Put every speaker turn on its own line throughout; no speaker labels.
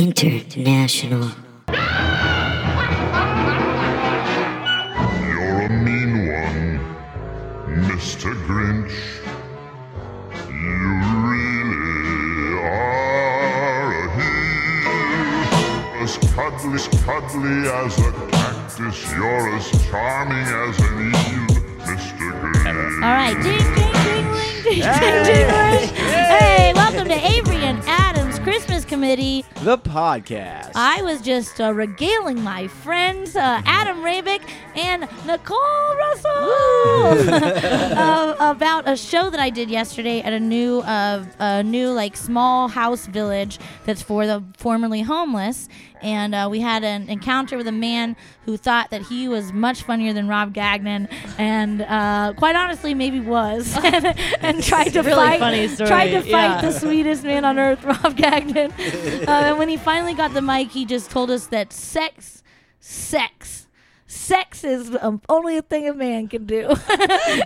International.
You're a mean one, Mr. Grinch. You really are a heel. As cuddly, cuddly as a cactus, you're as charming as an eel, Mr. Grinch.
All right, ding, ding, ding, ring, ding, ding, ding, ring. Hey, welcome to Avery and Adam's Christmas Committee.
The podcast.
I was just uh, regaling my friends uh, Adam Rabick and Nicole Russell uh, about a show that I did yesterday at a new, uh, a new like small house village that's for the formerly homeless. And uh, we had an encounter with a man who thought that he was much funnier than Rob Gagnon, and uh, quite honestly, maybe was, and, tried to
Really
fight,
funny story,
tried to fight
yeah.
the sweetest man on earth, Rob Gagnon. Uh, and when he finally got the mic, he just told us that sex, sex, sex is um, only a thing a man can do.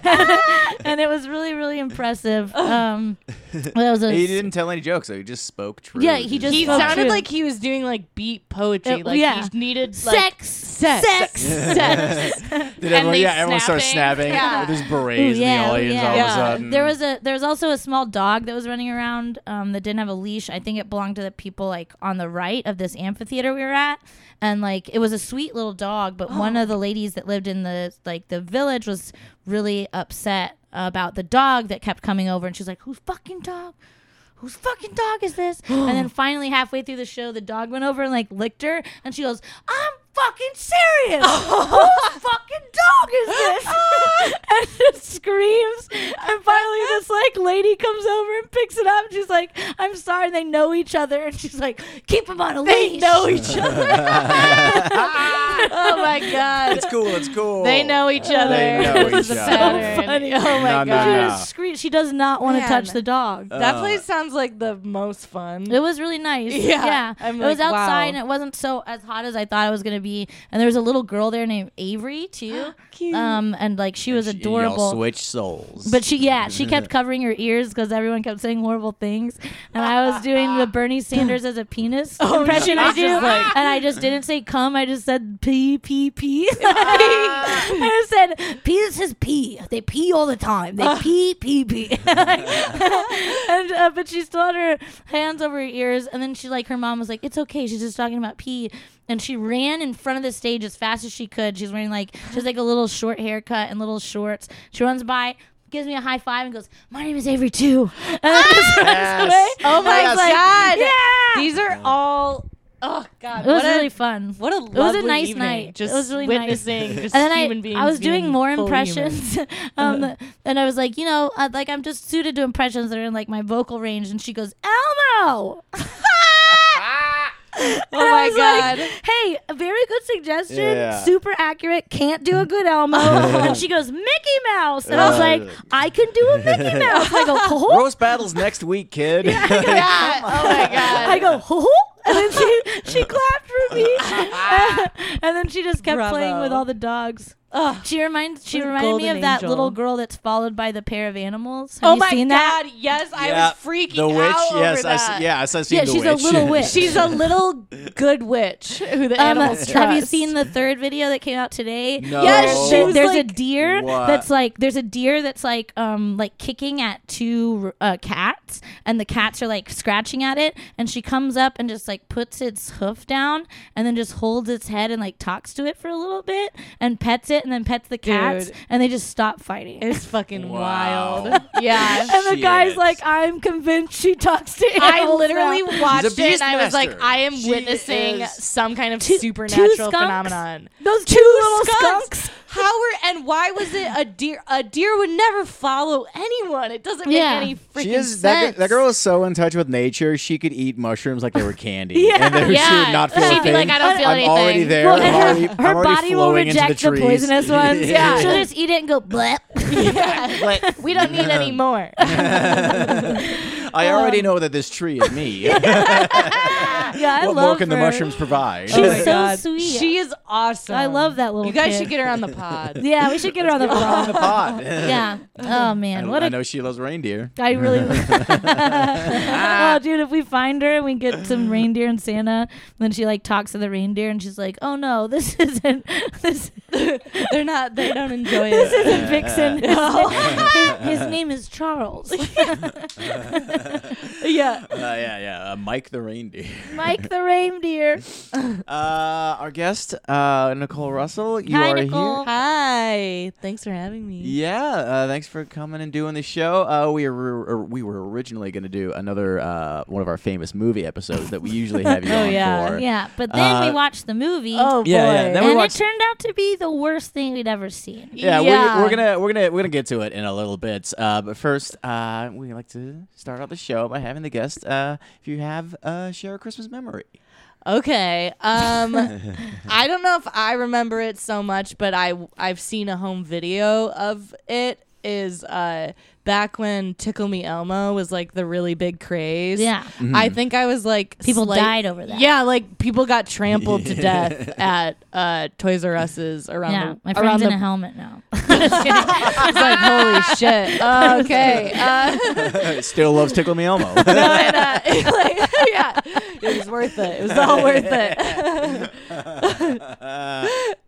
and it was really, really impressive. Um, that was a
He didn't tell any jokes, though. He just spoke true.
Yeah, he just
He
spoke
sounded
true.
like he was doing like beat poetry.
Uh,
like
yeah.
he needed like,
sex,
sex,
sex,
sex.
Did everyone,
they
yeah, everyone starts
snapping.
snapping.
Yeah.
There's berets in the audience all
yeah.
of a sudden.
There was a there was also a small dog that was running around um, that didn't have a leash. I think it belonged to the people like on the right of this amphitheater we were at, and like it was a sweet little dog. But one of the ladies that lived in the like the village was really upset about the dog that kept coming over, and she's like, "Whose fucking dog?" Whose fucking dog is this? and then finally, halfway through the show, the dog went over and like licked her, and she goes, "I'm fucking serious. Whose fucking dog is this?" and just screams. And finally, this like lady comes over and picks it up. She's like, "I'm sorry, they know each other." And she's like, "Keep him on a leash."
They know each other. oh my god.
It's cool. It's cool.
They know each other.
They know
this is
each
a
other.
pattern.
funny.
Oh
No, no,
my
She
god.
no.
just screams. She does not want to
Man.
touch the dog.
Uh,
That place sounds like the most fun.
It was really nice.
Yeah.
it
I'm
was
like, wow.
outside and it wasn't so as hot as I thought it was gonna be. And there was a little girl there named Avery too.
Cute.
Um, and like she was
Y'all
adorable.
switch souls.
But she, yeah, she kept covering her ears because everyone kept saying horrible things, and I was doing the Bernie Sanders as a penis impression I do,
Jesus. Oh, Like-
and I just didn't say cum, I just said pee pee pee. I just said penises pee. They pee all the time. They pee pee pee. and uh, but she still had her hands over her ears, and then she like her mom was like, "It's okay." She's just talking about pee, and she ran in front of the stage as fast as she could. She's wearing like she's like a little short haircut and little shorts. She runs by. Gives me a high five and goes, "My name is Avery too." And then just runs away.
oh my
I was like,
god.
Yeah,
These are all Oh god.
it was
what a-
really fun.
What a
was a
lovely
nice
evening.
night.
Just
It was really nice.
witnessing just
and then
human
I,
beings.
I was doing
being
more
fully
impressions, um, and I was like, you know, uh, like I'm just suited to impressions that are in like my vocal range. And she goes, Elmo.
human. Oh
I
my god.
was like, hey, a very good suggestion.
Yeah.
Super accurate. Can't do a good Elmo. and she goes, Mickey Mouse. And I
Uh,
was like, I can do a Mickey Mouse. I go, ho ho.
roast battles next week, kid.
yeah. Oh my god.
I go, ho ho. And then she, she clapped for me. and then she just kept playing
Bravo.
with all the dogs. she reminds she
What a
reminded me of
golden
that
angel.
little girl that's followed by the pair of animals. Have
Oh
you
my
seen
god!
that?
Yes, I
Yeah.
was freaking
The witch.
out
yes.
over
I
that.
s- yeah. I saw seeing
Yeah,
the
she's a little witch.
She's a little good witch who the
Um,
animals trust.
have you seen the third video that came out today?
No.
Yes, she
There-
was
there's a
like-
deer
What?
that's like there's a deer that's like um like kicking at two uh, cats, and the cats are like scratching at it, and she comes up and just like puts its hoof down, and then just holds its head and like talks to it for a little bit, and pets it, and then pets the cats,
Dude.
and they just stop fighting.
It's fucking
Wow.
wild. Yeah.
and the guy's
Shit.
like, I'm convinced she talks to animals.
I literally
now."
watched it and I was
beastmaster.
like, I am
She
witnessing
is-
some kind of
Two- two
supernatural
skunks?
phenomenon.
those two, little skunks.
How were and why was it a deer? A deer would never follow anyone. It doesn't make
Yeah.
any freaking
She is that,
sense.
gi- that girl is so in touch with nature. She could eat mushrooms like they were candy,
Yeah.
and there, she
Yeah.
would not feel a
She'd be
thing.
like, I don't feel
I'm
anything.
already there.
Well,
I'm
and her,
already,
her
I'm already
body will
flowing into
reject the,
trees.
poisonous ones.
Yeah.
She'll just eat it and go blep.
We don't need any more.
Um,
I already know that this tree is me.
yeah, I
what
love
milk and the
her.
mushrooms provide.
She's
Oh my
so sweet.
She is awesome.
I love that little
Um, You guys
kid.
should get her on the pod.
Yeah, we should get her on the
on
phone.
the pod.
Yeah. Oh man,
And
what
I
a
know she loves reindeer.
I really. oh, dude, if we find her and we get some reindeer and Santa, and then she like talks to the reindeer and she's like, "Oh no, this isn't this.
They're not. They don't enjoy
This
it.
isn't Vixen. His, na- his, his name is Charles.
yeah.
Uh, yeah, yeah. Uh, Mike the reindeer.
Mike the reindeer.
Uh, our guest, uh, Nicole Russell. You
Hi,
are
Nicole.
here.
Hi. Thanks for having me.
Yeah, uh, thanks for coming and doing the show. Uh, we were or we were originally going to do another uh, one of our famous movie episodes that we usually have you
Oh,
on
yeah.
for.
Yeah, but then
Uh,
we watched the movie,
Oh boy.
Yeah, yeah, that
and
we
it
watched-
turned out to be the worst thing we'd ever seen.
Yeah,
Yeah.
We're, we're gonna we're gonna we're gonna get to it in a little bit. Uh, but first, uh, we like to start out the show by having the guest. Uh, if you have uh, share a Christmas memory,
Okay. Um, I don't know if I remember it so much, but I I've seen a home video of it. Is uh back when Tickle Me Elmo was like the really big craze.
Yeah.
I
Mm-hmm.
think I was like
People
slight-
died over that.
Yeah, like people got trampled to death at uh Toys R Us's around
Yeah,
the
my
around
friend's in
the
a helmet now. Just kidding.
I was like, holy shit. okay. Uh,
still loves Tickle Me Elmo.
no, and, uh, like, yeah, it was worth it. It was all worth it.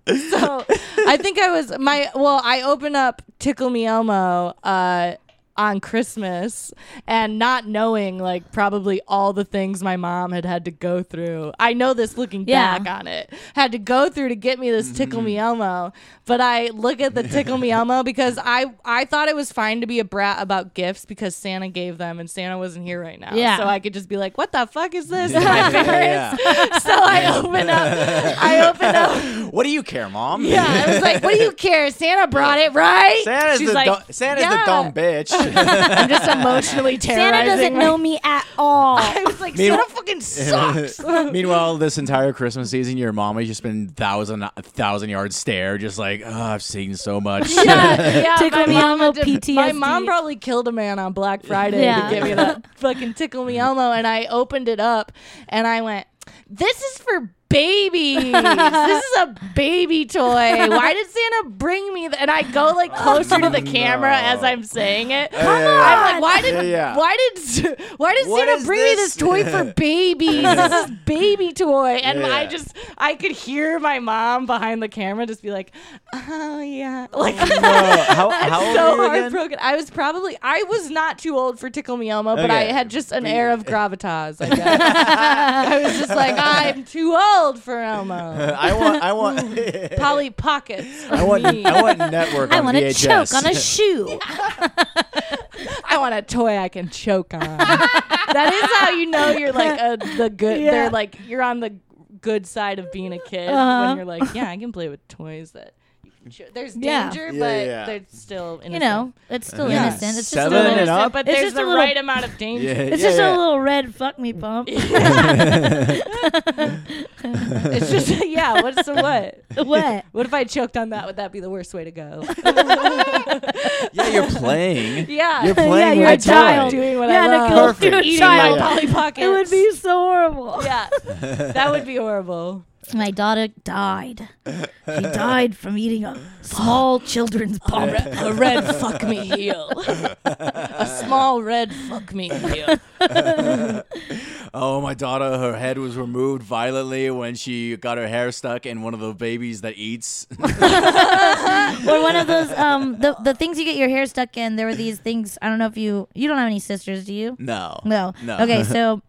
so I think I was my well. I open up Tickle Me Elmo uh, on Christmas, and not knowing like probably all the things my mom had had to go through. I know this looking
Yeah.
back on it. Had to go through to get me this Tickle Me Elmo, but I look at the Tickle Me Elmo because I I thought it was fine to be a brat about gifts because Santa gave them and Santa wasn't here right now.
Yeah.
so I could just be like, what the fuck is this?
Yeah, yeah,
My
yeah.
parents. so I open up. I open up.
what do you care, Mom?
Yeah, I was like, "What do you care? Santa brought it, right?"
Santa's
She's
the
like,
du- Santa's
"Yeah."
the dumb bitch.
I'm just emotionally terrorizing.
Santa doesn't
my-
know me at all.
I was like,
Meanwhile-
"Santa fucking sucks."
Meanwhile, this entire Christmas season, your mom has just been thousand thousand yard stare, just like oh, I've seen so much.
yeah, yeah,
Tickle
my
me
mom
Elmo
did- My
PTSD.
mom probably killed a man on Black Friday
Yeah.
to get me that fucking tickle me Elmo, and I opened it up and I went, "This is for." Babies, this is a baby toy. Why did Santa bring me? Th-? And I go like closer to the camera
no.
as I'm saying it.
yeah,
I'm like, why did,
Yeah, yeah.
why did, why did
What
Santa
is
bring me
this?
this toy for babies? this is baby toy, and
Yeah.
I just, I could hear my mom behind the camera just be like, oh yeah, like
Uh, how how old
so
are you again?
heartbroken. I was probably I was not too old for Tickle Me Elmo, but I
Okay.
had just an air of gravitas. I, guess. I was just like, I'm too old for Elmo.
I want I want
Polly Pockets. For
I want
me.
I want network.
I
on
want to
VHS.
choke on a shoe.
I want a toy I can choke on. that is how you know you're like a, the good.
Yeah.
They're like you're on the good side of being a kid
Uh-huh.
when you're like, yeah, I can play with toys that. You can cho- there's
Yeah.
danger,
Yeah,
but
yeah.
they're still innocent.
You know, it's still
Yeah.
innocent. It's just a
Seven
Still
Turn it
little.
innocent,
up.
but
It's
there's
just
the
a little-
right amount of danger.
Yeah,
It's
yeah,
just a
yeah.
little red fuck me bump.
It's just yeah. What's the what?
what?
What if I choked on that? Would that be the worst way to go?
Yeah, you're playing.
yeah.
You're playing
you're
with
I
a
a
died
child.
toy.
doing what
yeah,
I love.
Nicole,
Perfect.
you're a
Eating
child.
my Polly Pockets.
It would be so horrible.
Yeah. that would be horrible.
My daughter died. She died from eating a small children's bump.
A red fuck me heel. A small red fuck me heel.
Oh, my daughter, her head was removed violently when she got her hair stuck in one of the babies that eats.
or one of those um the, the things you get your hair stuck in. There were these things. I don't know if you you don't have any sisters, do you?
No.
No.
No.
Okay, so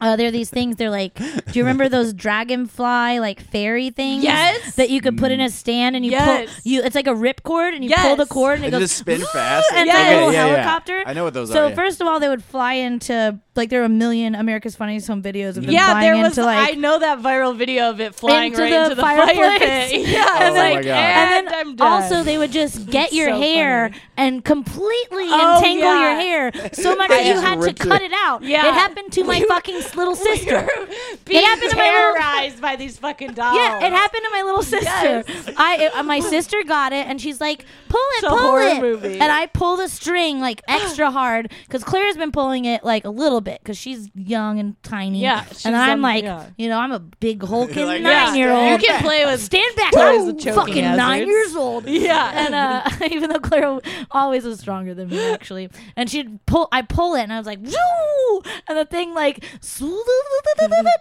uh, there are these things. They're like, do you remember those dragonfly like fairy things?
Yes.
That you could put in
Mm.
a stand and you
Yes.
pull. You it's like a rip cord and you pull the
Yes.
cord and it
It
goes.
just spin fast.
and
it's like a
little helicopter.
I know what those
So
are. yeah.
first of all, they would fly into like there were a million America's Funniest Home Videos of them
Yeah,
flying
there was.
into like
I know that viral video of it flying
Into
right
the
into the fire
fireplace.
pit. Yeah, I was
Oh my
like,
God.
and,
And
then I'm done.
Also, they would just get your
so
hair
funny.
and completely
Oh,
entangle
yeah.
your hair so much
I
that you
just
had to
ripped
cut
it.
it out.
Yeah.
It happened to my fucking little sister.
You're- being
happened to my little-
terrorized by these fucking dolls.
Yeah, it happened to my little sister. I it- uh, my sister got it, and she's like, "Pull it,
It's a
pull
horror
it,"
movie.
and I pull the string like extra hard because Claire's been pulling it like a little bit because she's young and tiny.
Yeah, she's
and I'm
um,
like,
yeah.
you know, I'm a big hulking
Like, yeah.
nine year
You
old.
can play with.
Stand back,
Claire's a choking
fucking nine
hazard.
years old.
yeah.
And uh, even though Claire always was stronger than me, actually, and she'd pull, I pull it, and I was like, "Woo!" And the thing like,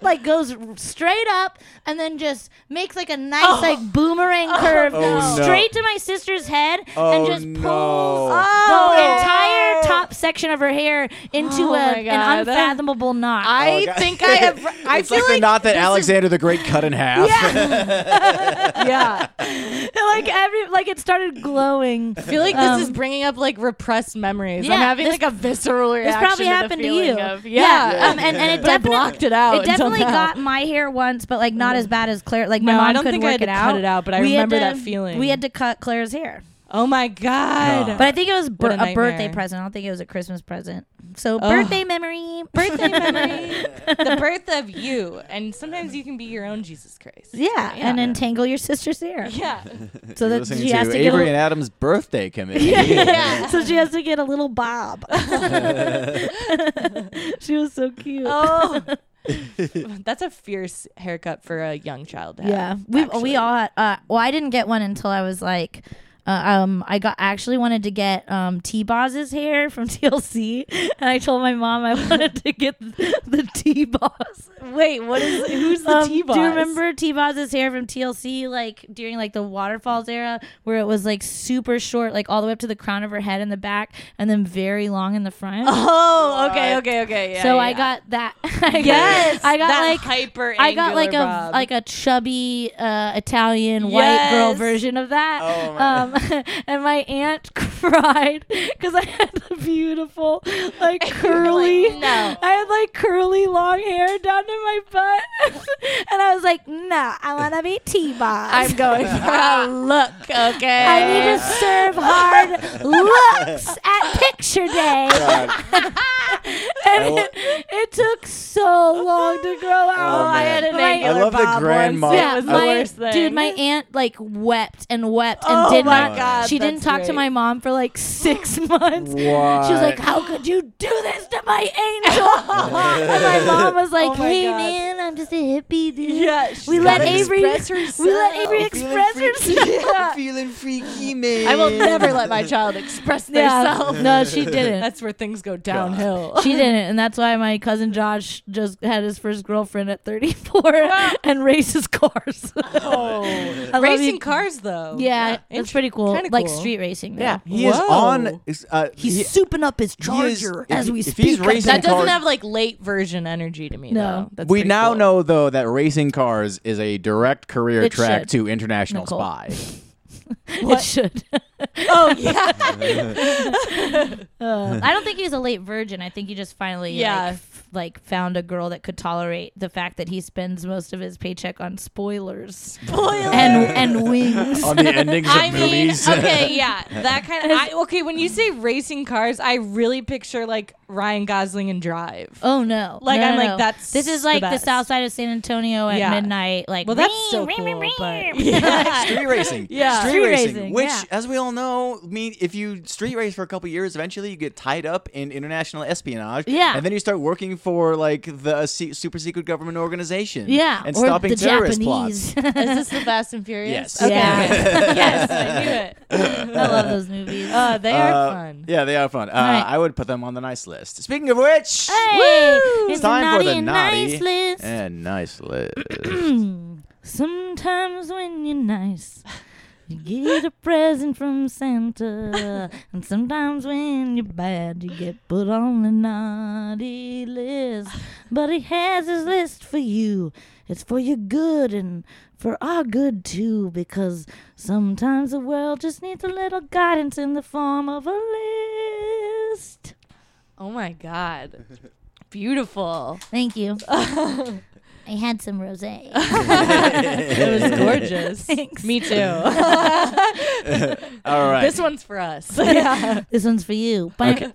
like goes straight up, and then just makes like a nice
Oh.
like boomerang curve
Oh, no.
straight to my sister's head,
Oh,
and just pulls
no.
Oh.
the entire top section of her hair into
Oh,
a,
my
an
God.
unfathomable knot.
I
God.
think I have. I
Oh, it's
feel
like the knot that
this is-
Alexander the Great cut in half.
Yeah. I
like every like it started glowing.
feel like this
Um,
is bringing up like repressed memories.
yeah,
I'm having
this-
like a visceral reaction.
This probably
to the
happened to
feeling
you.
Of, yeah.
Um, and, and it
But I
definitely
blocked it out
It definitely
Oh, until now.
got my hair once, but like not as bad as Claire. Like my
No, I
mom
don't
couldn't
think I
work
had
it
to
out.
cut it out, but I
We had
remember
to-
that feeling.
We had to cut Claire's hair,
oh my god.
No.
but I think it was bir-
What a
a, birthday
nightmare.
present. I don't think it was a Christmas present. So
Ugh.
birthday memory, birthday memory.
the birth of you, and sometimes you can be your own Jesus Christ.
Yeah, and entangle your sister's hair.
Yeah.
So
You're
that
listening
she has
to
to
Avery
get
and Adam's birthday committee.
a, so she has to get a little bob. she was so cute.
Oh. That's a fierce haircut for a young child to have.
Yeah, we
actually.
we all had. Uh, well, I didn't get one until I was like, uh, um, I got I actually wanted to get um T Boss's hair from TLC, and I told my mom I wanted to get the T Boss.
Wait, what is who's the
Um,
T boss?
Do you remember T Boss's hair from TLC, like during like the waterfalls era, where it was like super short, like all the way up to the crown of her head in the back, and then very long in the front.
Oh, okay, okay, okay. Yeah,
so
yeah,
I
yeah.
got that. I got-
yes.
I got
that
like
hyper.
I got like a
angular bob.
like a chubby uh, Italian white
Yes.
girl version of that.
Oh, my-
Um, and my aunt cried because I had the beautiful like curly.
no.
I had like curly long hair down to my butt, and I was like, "No, I want to be T-boss.
I'm going for a look. Okay.
I need to serve hard looks at picture day."
God. I
And
lo-
it, it took so long to grow out.
Oh,
I
man.
had an
My-
I
angular
love the
bob once.
grandma-
Yeah, it was
I-
the
my-
worst thing.
Dude, my aunt like wept and wept and
oh
did
my
not.
God,
she didn't
that's
talk to
great.
my mom for like six months. She was
What?
like, "How could you do this to my angel?" and my mom was like,
Oh my
"Hey
God.
man, I'm just a hippie dude.
Yeah,
we
she's
let
gotta
Avery,
express
we let
herself.
Avery
I'm
express herself."
I'm feeling freaky, man.
I will never let my child express
Yeah.
themselves.
No, she didn't.
That's where things go downhill.
She didn't, and that's why my cousin Josh just had his first girlfriend at 34 and races cars.
Oh.
I love
Racing
you.
cars though.
Yeah, that's
Int-
pretty cool.
kinda
Like
cool.
street racing. though.
Yeah, he is
Whoa.
on. is, Uh,
He's
he-
souping up his
he is-
charger
if-
as we
if
speak.
He's racing
That doesn't
cars-
have like late version energy to me.
No.
though. That's
we
pretty
now
cool.
know though that racing cars is a direct career
It
track
should.
to international
Nicole.
spy.
It should.
Oh yeah.
Uh, I don't think he's a late virgin. I think he just finally
Yeah.
like, f- like found a girl that could tolerate the fact that he spends most of his paycheck on spoilers and and wings.
on the endings of
I mean, uh,
movies.
okay, yeah, that kind of. I, okay, when you say racing cars, I really picture like Ryan Gosling and Drive.
Oh no!
Like,
No,
I'm
no,
like,
no.
that's
this is
the
like the,
best.
South Side of San Antonio at
Yeah.
midnight. Like
Well, that's
ring,
still
ring,
cool,
ring, ring.
but yeah.
street racing.
Yeah.
Street,
Street
racing,
racing,
Which,
yeah.
as we all know, mean if you street race for a couple years, eventually you get tied up in international espionage.
Yeah.
And then you start working for like the se- super secret government organization.
Yeah,
And
or
stopping
the
terrorist
Japanese.
plots.
Is this the Fast and Furious?
Yes.
Okay.
Yeah.
good. yes, I knew it.
I love those movies.
Uh, they are
Uh,
fun.
Yeah, they are fun. Uh,
right.
I would put them on the nice list. Speaking of which,
Hey,
Woo!
it's
it's time
naughty
for the
and
naughty
nice list.
and nice list.
Sometimes when you're nice, you get a present from Santa. and sometimes when you're bad, you get put on the naughty list. But he has his list for you. It's for your good and for our good too, because sometimes the world just needs a little guidance in the form of a list.
Oh my god, beautiful.
Thank you. I had some rosé.
it was gorgeous.
Thanks.
Me too.
All right.
this one's for us. yeah.
this one's for you. Let's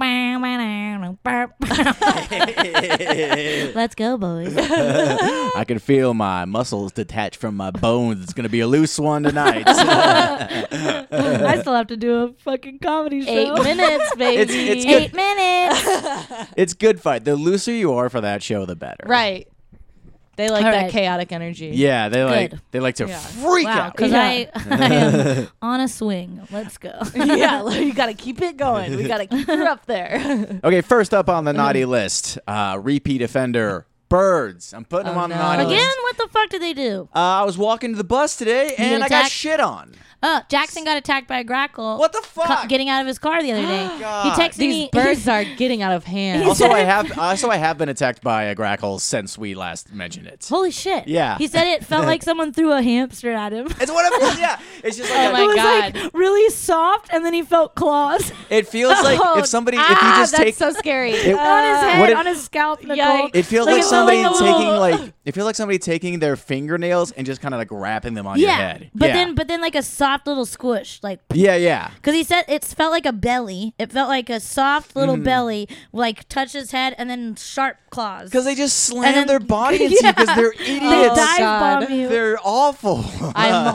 go, boys.
I can feel my muscles detach from my bones. It's gonna be a loose one tonight.
I still have to do a fucking comedy show.
Eight minutes, baby.
It's- it's good.
Eight minutes.
it's good fight. The looser you are for that show, the better.
Right. They like
All
that
right.
chaotic energy.
Yeah, they like
Good.
they like to
Yeah.
freak
Wow,
out.
because
Yeah.
I, I am on a swing. Let's go.
yeah, like, you gotta keep it going. We gotta keep her up there.
Okay, first up on the
Mm-hmm.
naughty list, uh, repeat offender birds. I'm putting them
Oh,
on the
no.
naughty
Again,
list.
what the fuck did they do?
Uh, I was walking to the bus today and I got
attacked?
shit on.
Oh, Jackson got attacked by a grackle.
What the
cu-
fuck?
Getting out of his car the other day.
God.
He texted
These
me.
birds are getting out of hand.
also, I have also I have been attacked by a grackle since we last mentioned it.
Holy shit.
Yeah.
He said it felt like someone threw a hamster at him.
It's one of those. Yeah, it's just
Oh
like a-
my
it was
God.
like really soft, and then he felt claws
it feels like
Oh,
if somebody if you
ah,
just
that's
take
so scary.
It-
on
Uh,
his
What
head,
it-
on his scalp. Nicole.
Yikes.
It feels
Like
like
it's all
somebody
like a
taking
little-
like it feels like somebody taking their fingernails and just kind of like wrapping them on your
yeah,
head.
but
yeah.
then but then like a soft little squish, like
yeah, yeah.
because he said it felt like a belly. It felt like a soft little
Mm.
belly, like touch his head, and then sharp claws.
Because they just slam
then-
their body into you because they're idiots.
they
Oh,
dive
God.
bomb you.
They're awful.
I'm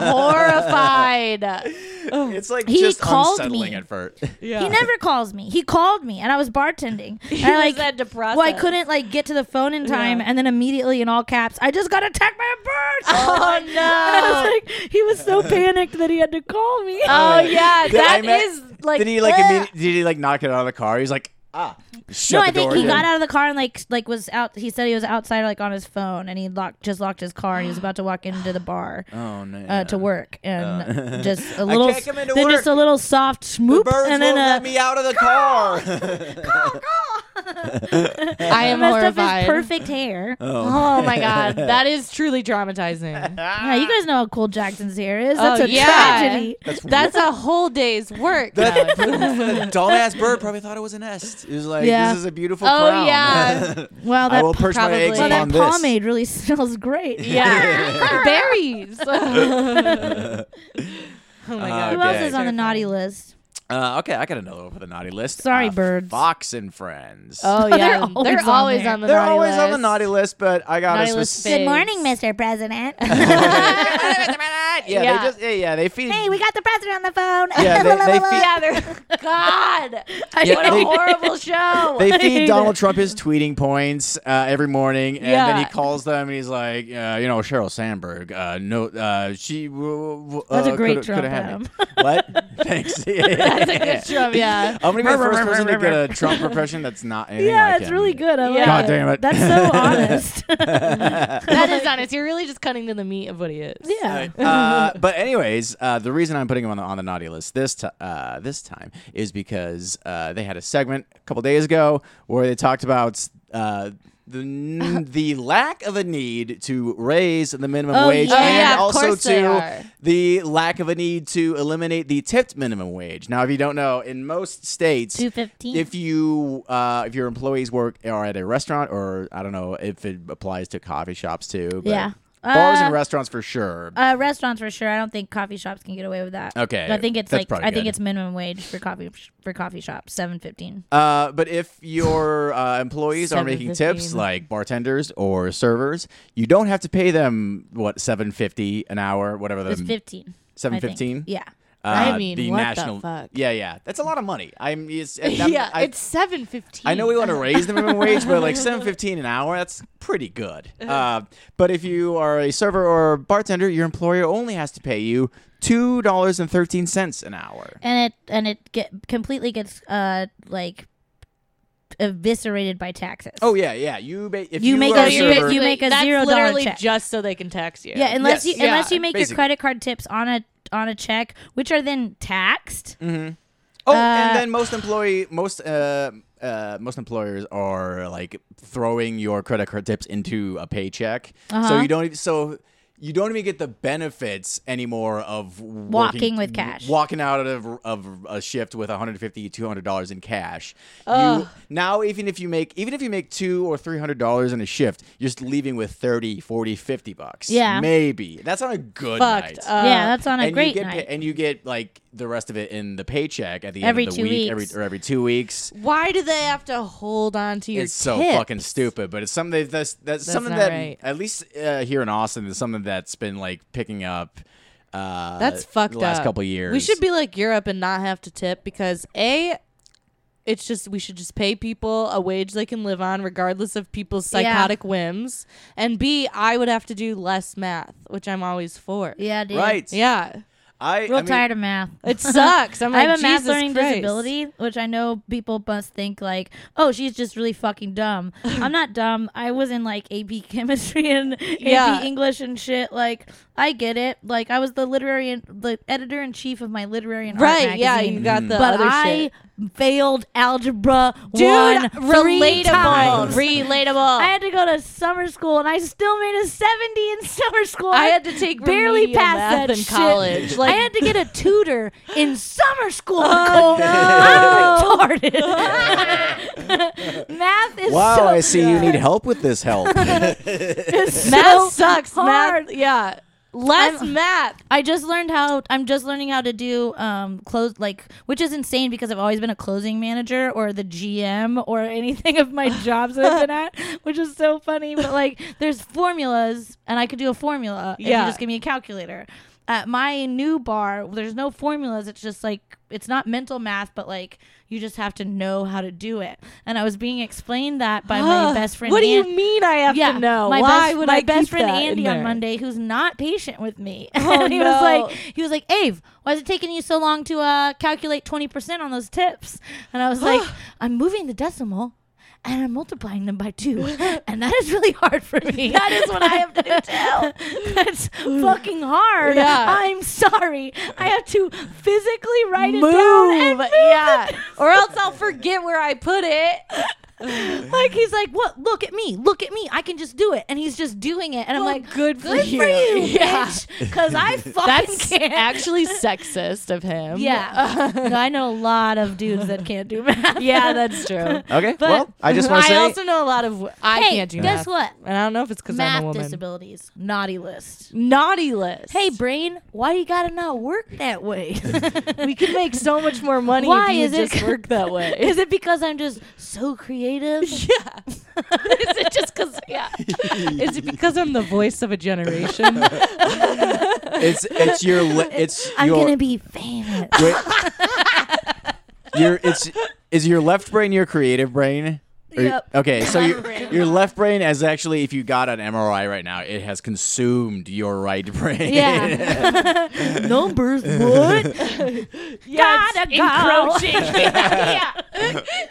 horrified.
it's like
He
just
called
unsettling
me.
at first.
Yeah.
He never calls me. He called me, and I was bartending.
He
and I,
was
like
that depressed.
well, I couldn't like get to the phone in time,
Yeah.
and then immediately in all caps, I just got attacked by a bird.
Oh
And I was
no.
like, he was so panicked that he had to call me.
Oh yeah,
Did I
that
ma-
is like.
did he like
ugh.
immediately, did he like knock it out of the car? He's like ah. Shut
no,
the
I think
door
he
again.
got out of the car and like like was out. He said he was outside like on his phone, and he locked just locked his car, and he was about to walk into the bar.
Oh no.
uh, to work and
Oh.
just a little
can't come into
then
work.
just a little soft
The
smoop
birds
and
won't
then uh,
let
a
me out of the car.
I am
messed up his
horrified.
perfect hair.
Oh my god, that is truly traumatizing.
Yeah, you guys know how cool Jackson's hair is. That's
Oh,
a
yeah.
tragedy.
That's a whole day's work.
That-
now.
Dumbass bird probably thought it was a nest. It was like
Yeah.
this is a beautiful
Oh,
crown.
yeah.
Well,
I
that
will perch my
probably-
eggs
well, that
on this.
pomade really smells great.
yeah, berries. oh
Uh-huh.
my god.
Who
Okay.
else is on the naughty list?
Uh, okay, I got another one for the naughty list.
Sorry,
Uh,
birds.
Fox and Friends.
Oh
They're
yeah,
always
they're
on
always
there.
on the
They're
naughty
always on the
list.
naughty list, but I got
Naughty
a
list
specific.
Thanks.
Good morning, Mr. President.
yeah,
Yeah.
they just yeah, yeah they feed.
hey, we got the president on the phone.
Yeah, they- they feed-
Yeah, they're God.
Yeah,
what
they-
a horrible show.
they
hate
feed
it.
Donald Trump his tweeting points uh, every morning, and then he
Yeah.
calls them and he's like, uh, you know, Cheryl Sandberg, uh, no, uh, she. w- w-
That's a
uh,
great
coulda- coulda
Trump,
had me.
Adam.
What? Thanks.
That's a good show, yeah.
I'm gonna be the first person to get a Trump impression that's not anything
yeah,
like
it's
him.
really good. I
Yeah.
like
God
it.
damn it.
That's so honest.
That is honest. You're really just cutting to the meat of what he is.
yeah.
uh, but anyways, uh, the reason I'm putting him on the on the naughty list this ti uh, this time is because uh, they had a segment a couple days ago where they talked about. Uh, the, n- the lack of a need to raise the minimum
Oh,
wage
yeah. Oh,
and
yeah,
of
also
course they
to
are.
the lack of a need to eliminate the tipped minimum wage. Now, if you don't know, in most states,
215.
if you uh, if your employees work are at a restaurant or I don't know if it applies to coffee shops too, but
Yeah.
bars and
Uh,
restaurants for sure.
Uh, restaurants for sure. I don't think coffee shops can get away with that.
Okay,
I think it's
that's
like
probably
I think
good.
it's minimum wage for coffee for coffee shops seven fifteen.
Uh, but if your uh, employees are making tips,
7.15.
like bartenders or servers, you don't have to pay them what seven fifty an hour, whatever
It's
the
fifteen. I
Um, seven
think.
fifteen.
Yeah.
uh,
I mean,
the
what the
national.
fuck?
Yeah, yeah, that's a lot of money. I'm. It's,
yeah.
I,
it's seven fifteen.
I know we want to raise the minimum wage, but like seven fifteen an hour, that's pretty good. Uh, but if you are a server or bartender, your employer only has to pay you two dollars and thirteen cents an hour.
And it and it get completely gets uh like eviscerated by taxes.
Oh yeah, yeah. You ba- if
You
you
make
are
a-
a
you make-
server-
you make a
That's
$0
literally
check.
just so they can tax you.
Yeah, unless
Yes.
you unless
Yeah,
you make
basically.
your credit card tips on a on a check, which are then taxed.
Oh,
Uh,
and then most employee most uh, uh, most employers
Uh-huh.
are like throwing your credit card tips into a paycheck, so you don't. even So you don't even get the benefits anymore of working,
Walking with cash.
Walking out of, of a shift with 150 dollars in cash. You, now even if you make even if you make two or three hundred dollars in a shift, you're just leaving with 30, 40, 50 bucks.
Yeah.
maybe that's on a good night.
Fucked up.
yeah, that's on a
Uh, and
great
you get
night.
pa- and you get like the rest of it in the paycheck at the
Every
end of the
two
week,
weeks.
every or every two weeks.
Why do they have to hold on to your
It's so
tip?
fucking stupid, but it's something that's that's, something
not
that
right.
at least uh, here in Austin is something that's been like picking up. Uh,
That's fucked
the last
up.
couple years.
We should be like Europe and not have to tip because a it's just we should just pay people a wage they can live on regardless of people's
Yeah.
psychotic whims. And B, I would have to do less math, which I'm always for.
Yeah, dude.
right.
Yeah.
I
Real
I mean,
tired of math.
It sucks. I'm like,
I have a math
Jesus
learning
Christ.
disability, which I know people must think like, "Oh, she's just really fucking dumb." I'm not dumb. I was in like AP Chemistry and
Yeah.
AP English and shit. Like, I get it. Like, I was the literary, and, the editor in chief of my literary and art
Right,
magazine.
yeah, you got the
but
other
I
shit.
failed algebra
Dude,
one three
relatable.
times.
Relatable.
I had to go to summer school, and I still made a 70 in summer school.
I had to take
barely
remedial
passed
math
that
in
shit.
college, like-
I had to get a tutor in summer school. Nicole. I'm retarded. math is
Wow,
so
I see you need help with this help.
is
math
so
sucks.
Hard.
Math yeah. Less
I'm-
math.
I just learned how I'm just learning how to do um close like which is insane because I've always been a closing manager or the GM or anything of my jobs that I've been at, which is so funny. But like there's formulas and I could do a formula if
Yeah.
you just give me a calculator. At my new bar, there's no formulas. It's just like it's not mental math, but like you just have to know how to do it. And I was being explained that by my best friend.
What do you
Ann-
mean I have to know?
my
Why
best,
would
my
I
best
keep
friend
that in
Andy on
there?
Monday, who's not patient with me,
Oh,
and he
no.
was like, he was like, Ave, why is it taking you so long to uh, calculate twenty percent on those tips? And I was like, I'm moving the decimal. And I'm multiplying them by two, and that is really hard for me. that is what I have to do. That's fucking hard.
Yeah.
I'm sorry. I have to physically write it down and
move. yeah. Or else I'll forget where I put it.
like he's like, "What? Look at me! Look at me! I can just do it!" And he's just doing it, and I'm
Well,
like,
good for
good for
you."
you,
Yeah.
because I fucking can't."
actually sexist of him.
yeah, No, I know a lot of dudes that can't do math.
yeah, that's true.
okay,
But
well, I just want to say
I also know a lot of. I
Hey,
can't do
guess
math.
what?
And I don't know if it's because I'm a
Math
woman.
disabilities, naughty list.
Naughty list.
Hey, brain, why you gotta not work that way?
we could make so much more money
Why
if you
is it-
just work that way.
Is it because I'm just so creative?
yeah. is it just because? Yeah. is it because I'm the voice of a generation?
it's it's your li- it's
I'm
your
gonna be famous.
wait, your it's is your left brain your creative brain. Or-
Yep.
Okay, so your, your left brain is actually, if you got an MRI right now, it has consumed your right brain.
Yeah, numbers. What?
yeah. it's
Gotta go. yeah.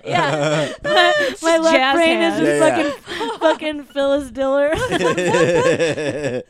yeah. my my left
jazz
brain is just
hands. Yeah,
fucking fucking Phyllis Diller. oh,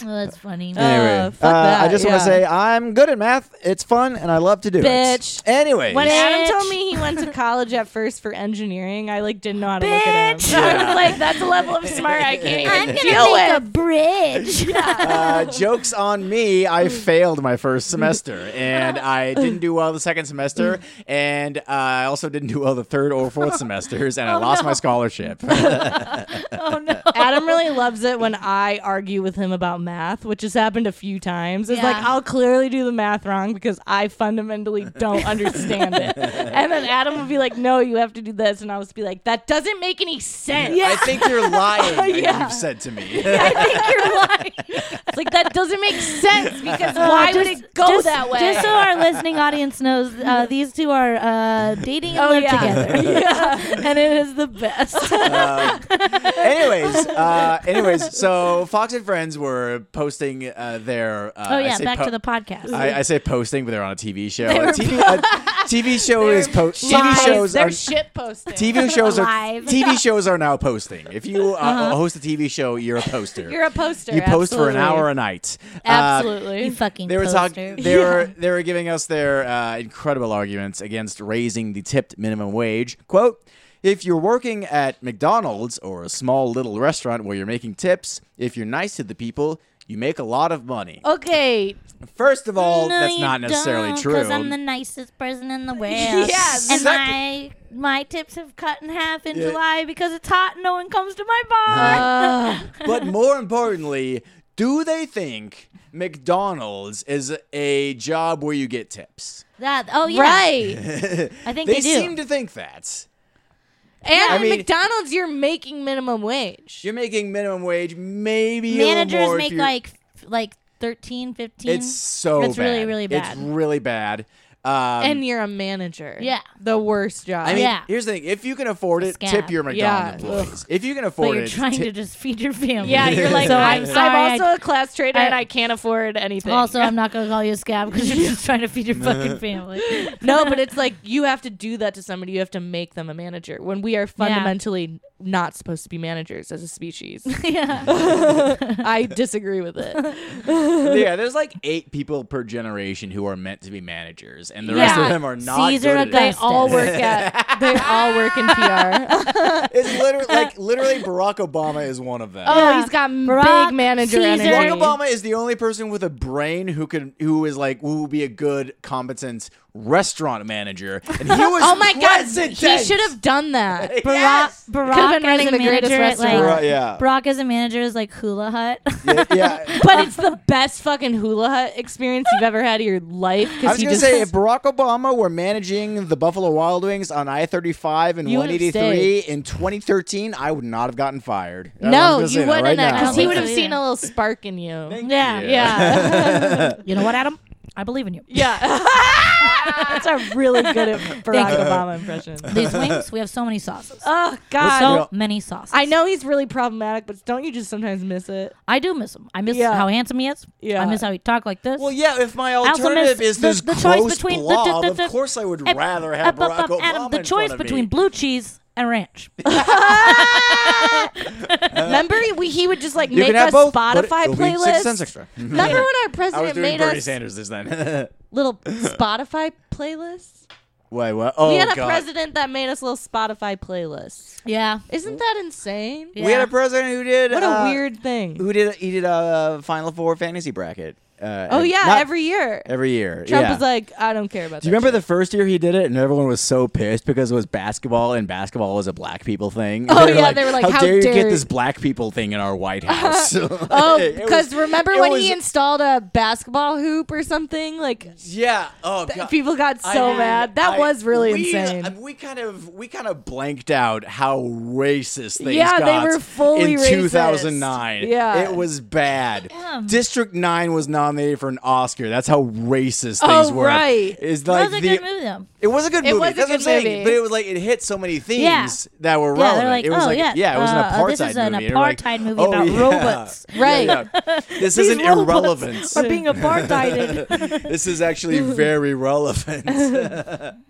that's funny.
Uh,
Anyway,
fuck that,
I just want
yeah.
to say I'm good at math. It's fun, and I love to do
Bitch.
it. Anyways, uh,
When Adam
Bitch.
told me he went to college at first for engineering, I like didn't know how to look at him.
Bitch.
I was like, that's a level of smart I can't even
I'm gonna
deal
make a
with.
bridge.
uh, jokes on me, I failed my first semester, and I didn't do well the second semester, and I also didn't do well the third or fourth semesters,
Oh,
and I lost my scholarship.
oh no.
Adam really loves it when I argue with him about math, which has happened a few times. It's like
Yeah.
I'll clearly do the math wrong because I fundamentally don't understand it. And then Adam would be like, "No, you have to do this," and I would be like, "That doesn't make any sense."
I think you're lying.
Yeah.
You've said to me.
It's like that doesn't make sense because
Uh,
why would
just-
it go
just-
that way?
Just so our listening audience knows, uh, these two are uh, dating and
Oh,
live
yeah.
together, and it is the best.
Um, anyways, uh, anyways, so Fox and Friends were posting uh, their. Uh,
oh
I
yeah,
say
back
po-
to the podcast.
I, I say posting, but they're on a TV show. A TV, a TV show is po- TV
Lies.
shows
They're
are
shit posting.
TV shows are
Live.
TV shows are now posting. If you uh, host a TV show, you're a poster.
You're a poster.
you post for an
absolutely.
hour a night. Uh,
Absolutely.
you fucking
they were
poster.
talking. They were they were giving us their uh, incredible arguments against raising the tipped minimum wage. Quote. If you're working at McDonald's or a small little restaurant where you're making tips, if you're nice to the people, you make a lot of money.
Okay.
First of all,
No,
that's
you
not necessarily
don't,
true.
I'm the nicest person in the world.
Yeah,
and
second-
my my tips have cut in half in
Yeah. Uh-huh.
July because it's hot and no one comes to my bar.
Uh,
but more importantly, do they think McDonald's is a job where you get tips?
that oh yeah,
Right. And
I think
They,
they, do.
seem to think that.
at
mean-
McDonald's, you're making minimum wage.
You're making minimum wage, maybe a little
Managers
more if
make
you're-
like f- like 13, 15.
It's so
It's really,
bad.
really
It's
bad.
really bad. Um,
and you're a manager.
Yeah.
The worst job.
I mean,
yeah.
here's the thing: if you can afford it,
scam.
tip your McDonald's
Yeah.
employees. If you can afford
but you're
it,
trying
tip-
to just feed your family.
yeah, you're like,
so
I'm,
I'm sorry.
I'm also
I-
a class trader
I-
and I can't afford anything.
also, I'm not gonna call you a scab because you're just trying to feed your fucking family.
no, but it's like you have to do that to somebody. You have to make them a manager when we are fundamentally not supposed to be managers as a species.
yeah.
I disagree with it.
yeah, there's like eight people per generation who are meant to be managers, and the rest
Yeah.
of them are not.
Caesar
good at it.
They
Augustus.
all work at they all work in PR.
It's literally like literally Barack Obama is one of them.
Oh, he's got
Barack,
big manager
Caesar.
energy.
Barack Obama is the only person with a brain who can who is like who will be a good competent restaurant manager, and he was
Oh my god,
president.
he should have done that.
Barack,
Yes!
Could've
Barack
been running
as
the
a
greatest
manager, at,
restaurant.
Barack-
like,
yeah.
Barack as a manager is like Hula Hut.
yeah.
But it's the best fucking hula hut experience you've ever had in your life.
I was
he
gonna
just
say if Barack Obama were managing the Buffalo Wild Wings on I-35 and
You would've
183 in 2013, I would not have gotten fired. I
no,
was
you
gonna say that
wouldn't
right
have,
now.
because he would have
Yeah.
seen a little spark in you.
yeah.
Yeah,
You know what, Adam? I believe in you.
yeah. That's a really good Barack Obama impression.
These wings, we have so many sauces.
Oh
So
God,
real-
many sauces.
I know he's really problematic, but don't you just sometimes miss it?
I do miss him. I miss
Yeah.
how handsome he is.
Yeah.
I miss how he talked like this.
Well, yeah. If my
also
alternative
miss
is
the-
this
the choice
gross
between- the-
blob,
the- the-
of course I would
Up-
rather have
up,
Barack
up,
Obama.
Adam, the
in
choice
front of
between
me.
blue cheese and ranch.
Uh,
Remember, we, he would just like
You
make
can
a
have both, but
Spotify
it'll be six Mm-hmm. cents
playlist.
extra.
Remember when our
I was
president
doing
made
Bernie
us
Sanders this then.
little Spotify playlists?
Wait, what? Oh
we had a
God.
president that made us little Spotify playlists.
Yeah.
Isn't that insane?
Yeah.
We had a president who did
What
uh,
a weird thing.
Who did he did a uh, Final Four fantasy bracket? Uh,
Oh
and-
yeah,
not-
every year.
every year.
Trump
yeah.
was like, I don't care about
Do you remember the first year he did it, and everyone was so pissed because it was basketball, and basketball was a black people thing.
Oh, yeah, they were like,
"How,
how
dare, you
dare
get this
you."
black people thing in our White House?"
Oh,
It
because
was-
remember
it
when
was-
he installed a basketball hoop or something? Like
yeah, oh
th-
god,
people got
I
so
mean,
mad. That
I-
was really
we-
insane.
I- we kind of we kind of blanked out how racist things
Yeah, they
got
were fully
in
racist.
2009.
Yeah.
it was bad.
Damn.
District Nine was nominated for an Oscar. That's how racist things
Oh,
were.
right.
Is
That
like
was a
the
good movie, though.
It was a good
It
movie.
was a
That's what I'm
good
saying.
movie.
But it was like it hit so many themes
Yeah.
that were
Yeah,
relevant.
they're like,
it was
oh
like,
yeah,
yeah, it was an
uh,
apartheid
this is an
movie. And we're like,
apartheid movie
oh,
about
yeah.
robots.
Right.
Yeah, yeah. This isn't
robots
irrelevant.
Or being apartheided.
this is actually very relevant.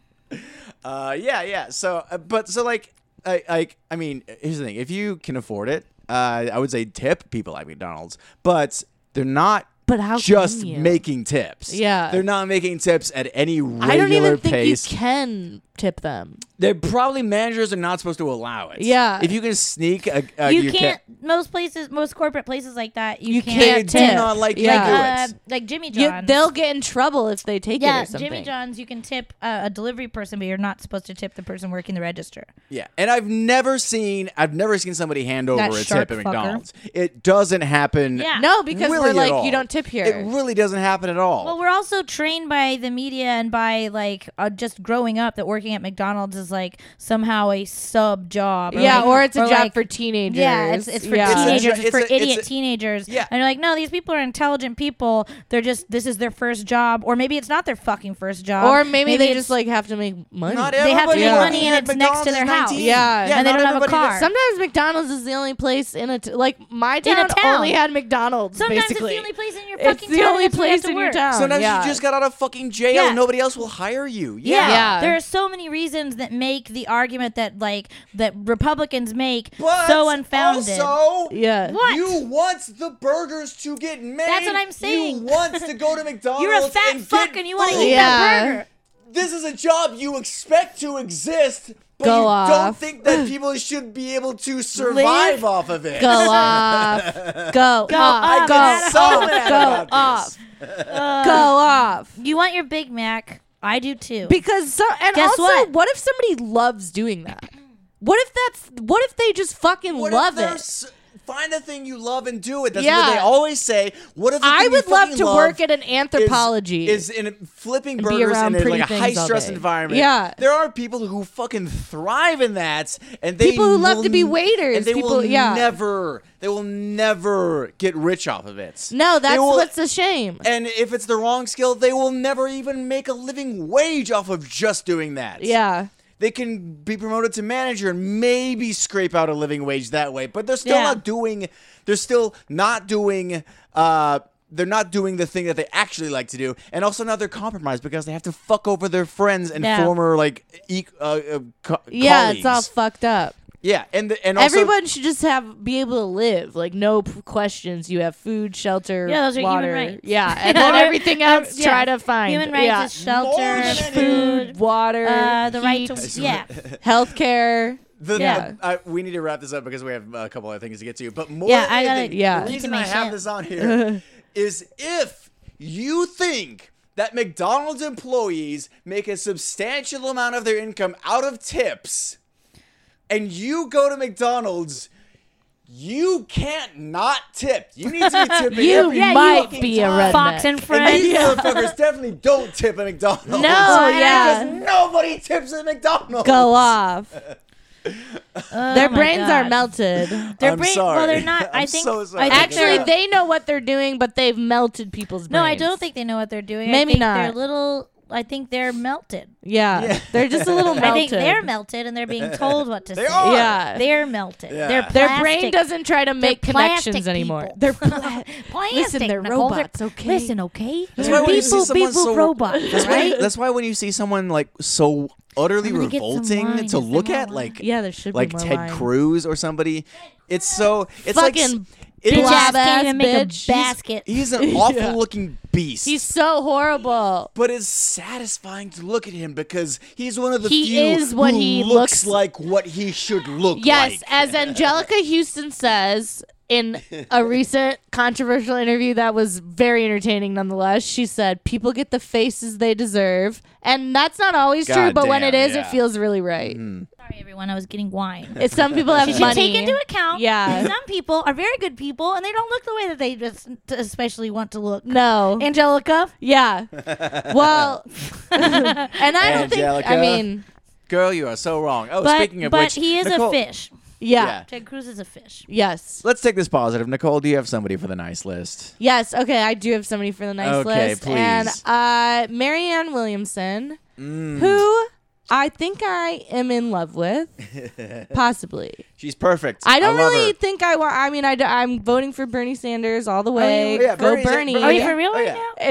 uh, yeah, yeah. So, uh, but so like, I, like, I mean, here's the thing: if you can afford it, uh, I would say tip people at McDonald's, but they're not.
But how
just
can you?
making tips?
Yeah.
they're not making tips at any regular
I don't even think
pace.
you can tip them.
They're probably managers are not supposed to allow it.
Yeah.
If you can sneak a, a
you, can't, most places, most corporate places like that, you,
You
They
can't
can't,
do
tip.
not like
Yeah.
Uh,
regulate.
like Jimmy
You-
John's.
they'll get in trouble if they take
yeah,
it or something.
Jimmy John's. You can tip uh, a delivery person, but you're not supposed to tip the person working the register.
Yeah. And I've never seen I've never seen somebody hand over
That
a
sharp
tip at
fucker.
McDonald's. It doesn't happen.
Yeah.
No, because
really
we're
at
like,
all.
you don't tip here.
It really doesn't happen at all.
Well, we're also trained by the media and by like uh, just growing up that working at McDonald's is like somehow a sub job.
yeah,
like-
or it's a job
like-
for teenagers.
Yeah, it's, it's for
Yeah.
teenagers.
It's a-
It's, for
it's a- it's
idiot
a-
teenagers.
Yeah.
And you're like, no, these people are intelligent people. They're just, this is their first job. Or maybe it's not their fucking first job.
Or maybe, they
it's-
just like have to make money.
not
have to
everybody
make money
working
and
at
it's next to
McDonald's
their
is
house.
19.
Yeah.
And they
not
don't have a
everybody
car.
Sometimes McDonald's is the only place in a t- like my town,
town.
only had McDonald's.
Sometimes
basically.
it's the only place in your
It's
fucking
the
town
only
that's where you have
place
to
in your
work.
town.
Sometimes
yeah.
you just got out of fucking jail.
Yeah.
Nobody else will hire you.
Yeah.
Yeah.
There are so many reasons that make the argument that like that Republicans make
But
so unfounded.
Also,
Yeah.
What?
You want the burgers to get made.
That's what I'm saying.
You want to go to McDonald's.
You're a fat
and
fuck
get
and you want to
food.
eat
Yeah.
that burger.
This is a job you expect to exist, But
Go
you don't
off.
think that people should be able to survive
Live-
off of it.
Go off. Go,
off.
off. Go
I get
off.
so
mad
Go
about
off.
this.
Go off.
You want your Big Mac? I do too.
Because so, and
Guess
also,
what?
what? if somebody loves doing that? What if that's what if they just fucking
What if
love
they're
it?
s- Find a thing you love and do it. That's what
Yeah.
they always say. What if the
I
thing you
would love
fucking
to work at an
is-
anthropology.
is, in flipping
be
burgers
around
in a, like
pretty
a
things
high
all
stress
day.
environment.
Yeah.
there are people who fucking thrive in that, and they
People who love
will
to be
n-
waiters,
And they will
people- yeah.
never, they will never get rich off of it.
no,
They
that's
will-
what's a shame.
And if it's the wrong skill, they will never even make a living wage off of just doing that.
yeah.
They can be promoted to manager and maybe scrape out a living wage that way, but they're still
Yeah.
not doing they're still not doing uh they're not doing the thing that they actually like to do, and also now they're compromised because they have to fuck over their friends and
Yeah.
former like e- uh, uh, co-
Yeah,
colleagues.
it's all fucked up.
yeah, and the, and also
Everyone should just have be able to live, like no p- questions. You have food, shelter,
Yeah, those are human
water,
rights.
yeah, and then everything else
Yeah.
try to find
human rights
yeah.
is shelter,
More than
food,
food,
water,
uh, the right to
heat,
yeah.
healthcare.
The,
Yeah.
uh, I- we need to wrap this up because we have a couple other things to get to. But more
Yeah,
than
I gotta
anything, the
yeah. get
to
reason
my
I have
shit.
this on here is if you think that McDonald's employees make a substantial amount of their income out of tips, and you go to McDonald's. You can't not tip. You need to be tipping
You
every
yeah, you
might
fucking
be a
time.
redneck.
Fox and
And
Friends.
these motherfuckers definitely don't tip at McDonald's.
Oh,
No,
yeah.
yeah,
Nobody tips at McDonald's.
go off.
Oh
Their
my
brains
God.
are melted.
Their
I'm
brain,
sorry.
Well, they're not. I
I'm
think.
so sorry.
I think
Actually,
they're-
they know what they're doing, but they've melted people's brains.
No, I don't think they know what they're doing. I
Maybe
think
not.
They're little. I think they're melted.
Yeah,
Yeah.
they're just a little melted.
I think they're melted, and they're being told what to
They
say.
are.
Yeah.
They're melted.
Yeah.
They're
Their
plastic.
brain doesn't try to make
plastic
connections anymore.
people.
They're pla-
Plastic,
Listen, they're
Nicole.
robots, okay?
Listen, okay.
That's
They're
why when you see
people,
someone
people,
so-
robots,
That's why.
right?
That's why when you see someone like so utterly
I'm gonna get some wine,
revolting
get
to
some
look
more
at,
wine.
like
yeah, there should
like
be more
Ted
wine.
Cruz or somebody, it's so it's like s-
Fucking
it
Bitch
is-
ass
Blob
can't even
ass
make
bitch.
a basket.
he's an awful looking beast.
He's so horrible.
but it's satisfying to look at him because he's one of the
He
few
is what
who
he
looks
looks-
like what he should look
Yes,
like.
as Angelica Houston says in a recent controversial interview that was very entertaining nonetheless, she said, People get the faces they deserve. And that's not always true, but when it
Goddamn,
is,
yeah. Hmm.
it feels really right.
Sorry, everyone. I was getting wine.
It's, some people have
You should
money.
take into account.
Yeah.
that Some people are very good people, and they don't look the way that they just especially want to look.
no.
Angelica,
yeah. Well, and I don't think,
Angelica.
I mean,
Girl, you are so wrong. Oh,
but
speaking of
but
which,
he is
Nicole-
a fish.
Yeah.
yeah.
Ted Cruz is a fish.
Yes.
Let's take this positive. Nicole, do you have somebody for the nice list?
Yes. Okay. I do have somebody for the nice
Okay,
list.
please. Mm.
And uh, Marianne Williamson, who I think I am in love with, possibly.
She's perfect.
I don't
love
really
her. Oh,
think I want. I mean, I, am voting for Bernie Sanders all the way.
yeah,
Go
Bernie's-
Bernie.
Bernie-
Are you
Yeah.
for real
Oh,
right
yeah.
now?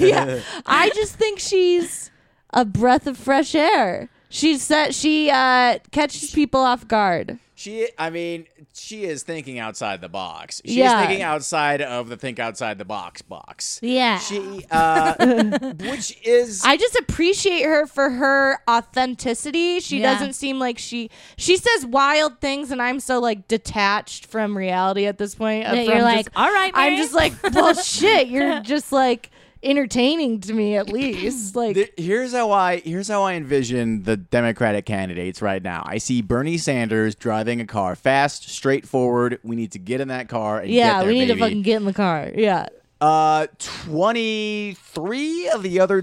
yeah. I just think she's a breath of fresh air. She said she uh, catches people off guard.
She, I mean, she is thinking outside the box. She's
Yeah.
thinking outside of the think outside the box box.
Yeah.
She, uh, which is
I just appreciate her for her authenticity. She
Yeah.
doesn't seem like she she says wild things, and I'm so like detached from reality at this point. uh,
That
from
you're like,
just-
all right,
I'm
Mary."
just like, well, shit, you're just like entertaining to me at least. Like,
Th- here's how I here's how I envision the Democratic candidates right now. I see Bernie Sanders driving a car fast, straightforward. We need to get in that car and
yeah,
get there,
we need
baby.
to fucking get in the car. Yeah,
Uh, 23 of the other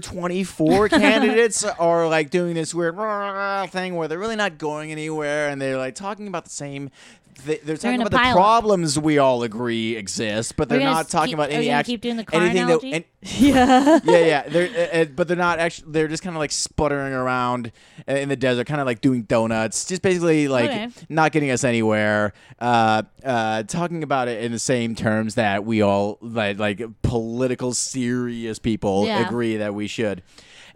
24 candidates are like doing this weird thing where they're really not going anywhere and they're like talking about the same. They, they're talking
in a
about the
pile-up.
problems we all agree exist, but they're
gonna
not
s-
talking
keep-
about
are we
any
gonna
act-
keep doing the car
anything
analogy?
that. and-
yeah.
yeah, yeah. They're, uh, uh, but they're not actually. They're just kind of like sputtering around uh, in the desert, kind of like doing donuts, just basically like
Okay.
not getting us anywhere. Uh, uh, talking about it in the same terms that we all like, like political serious people
Yeah.
agree that we should.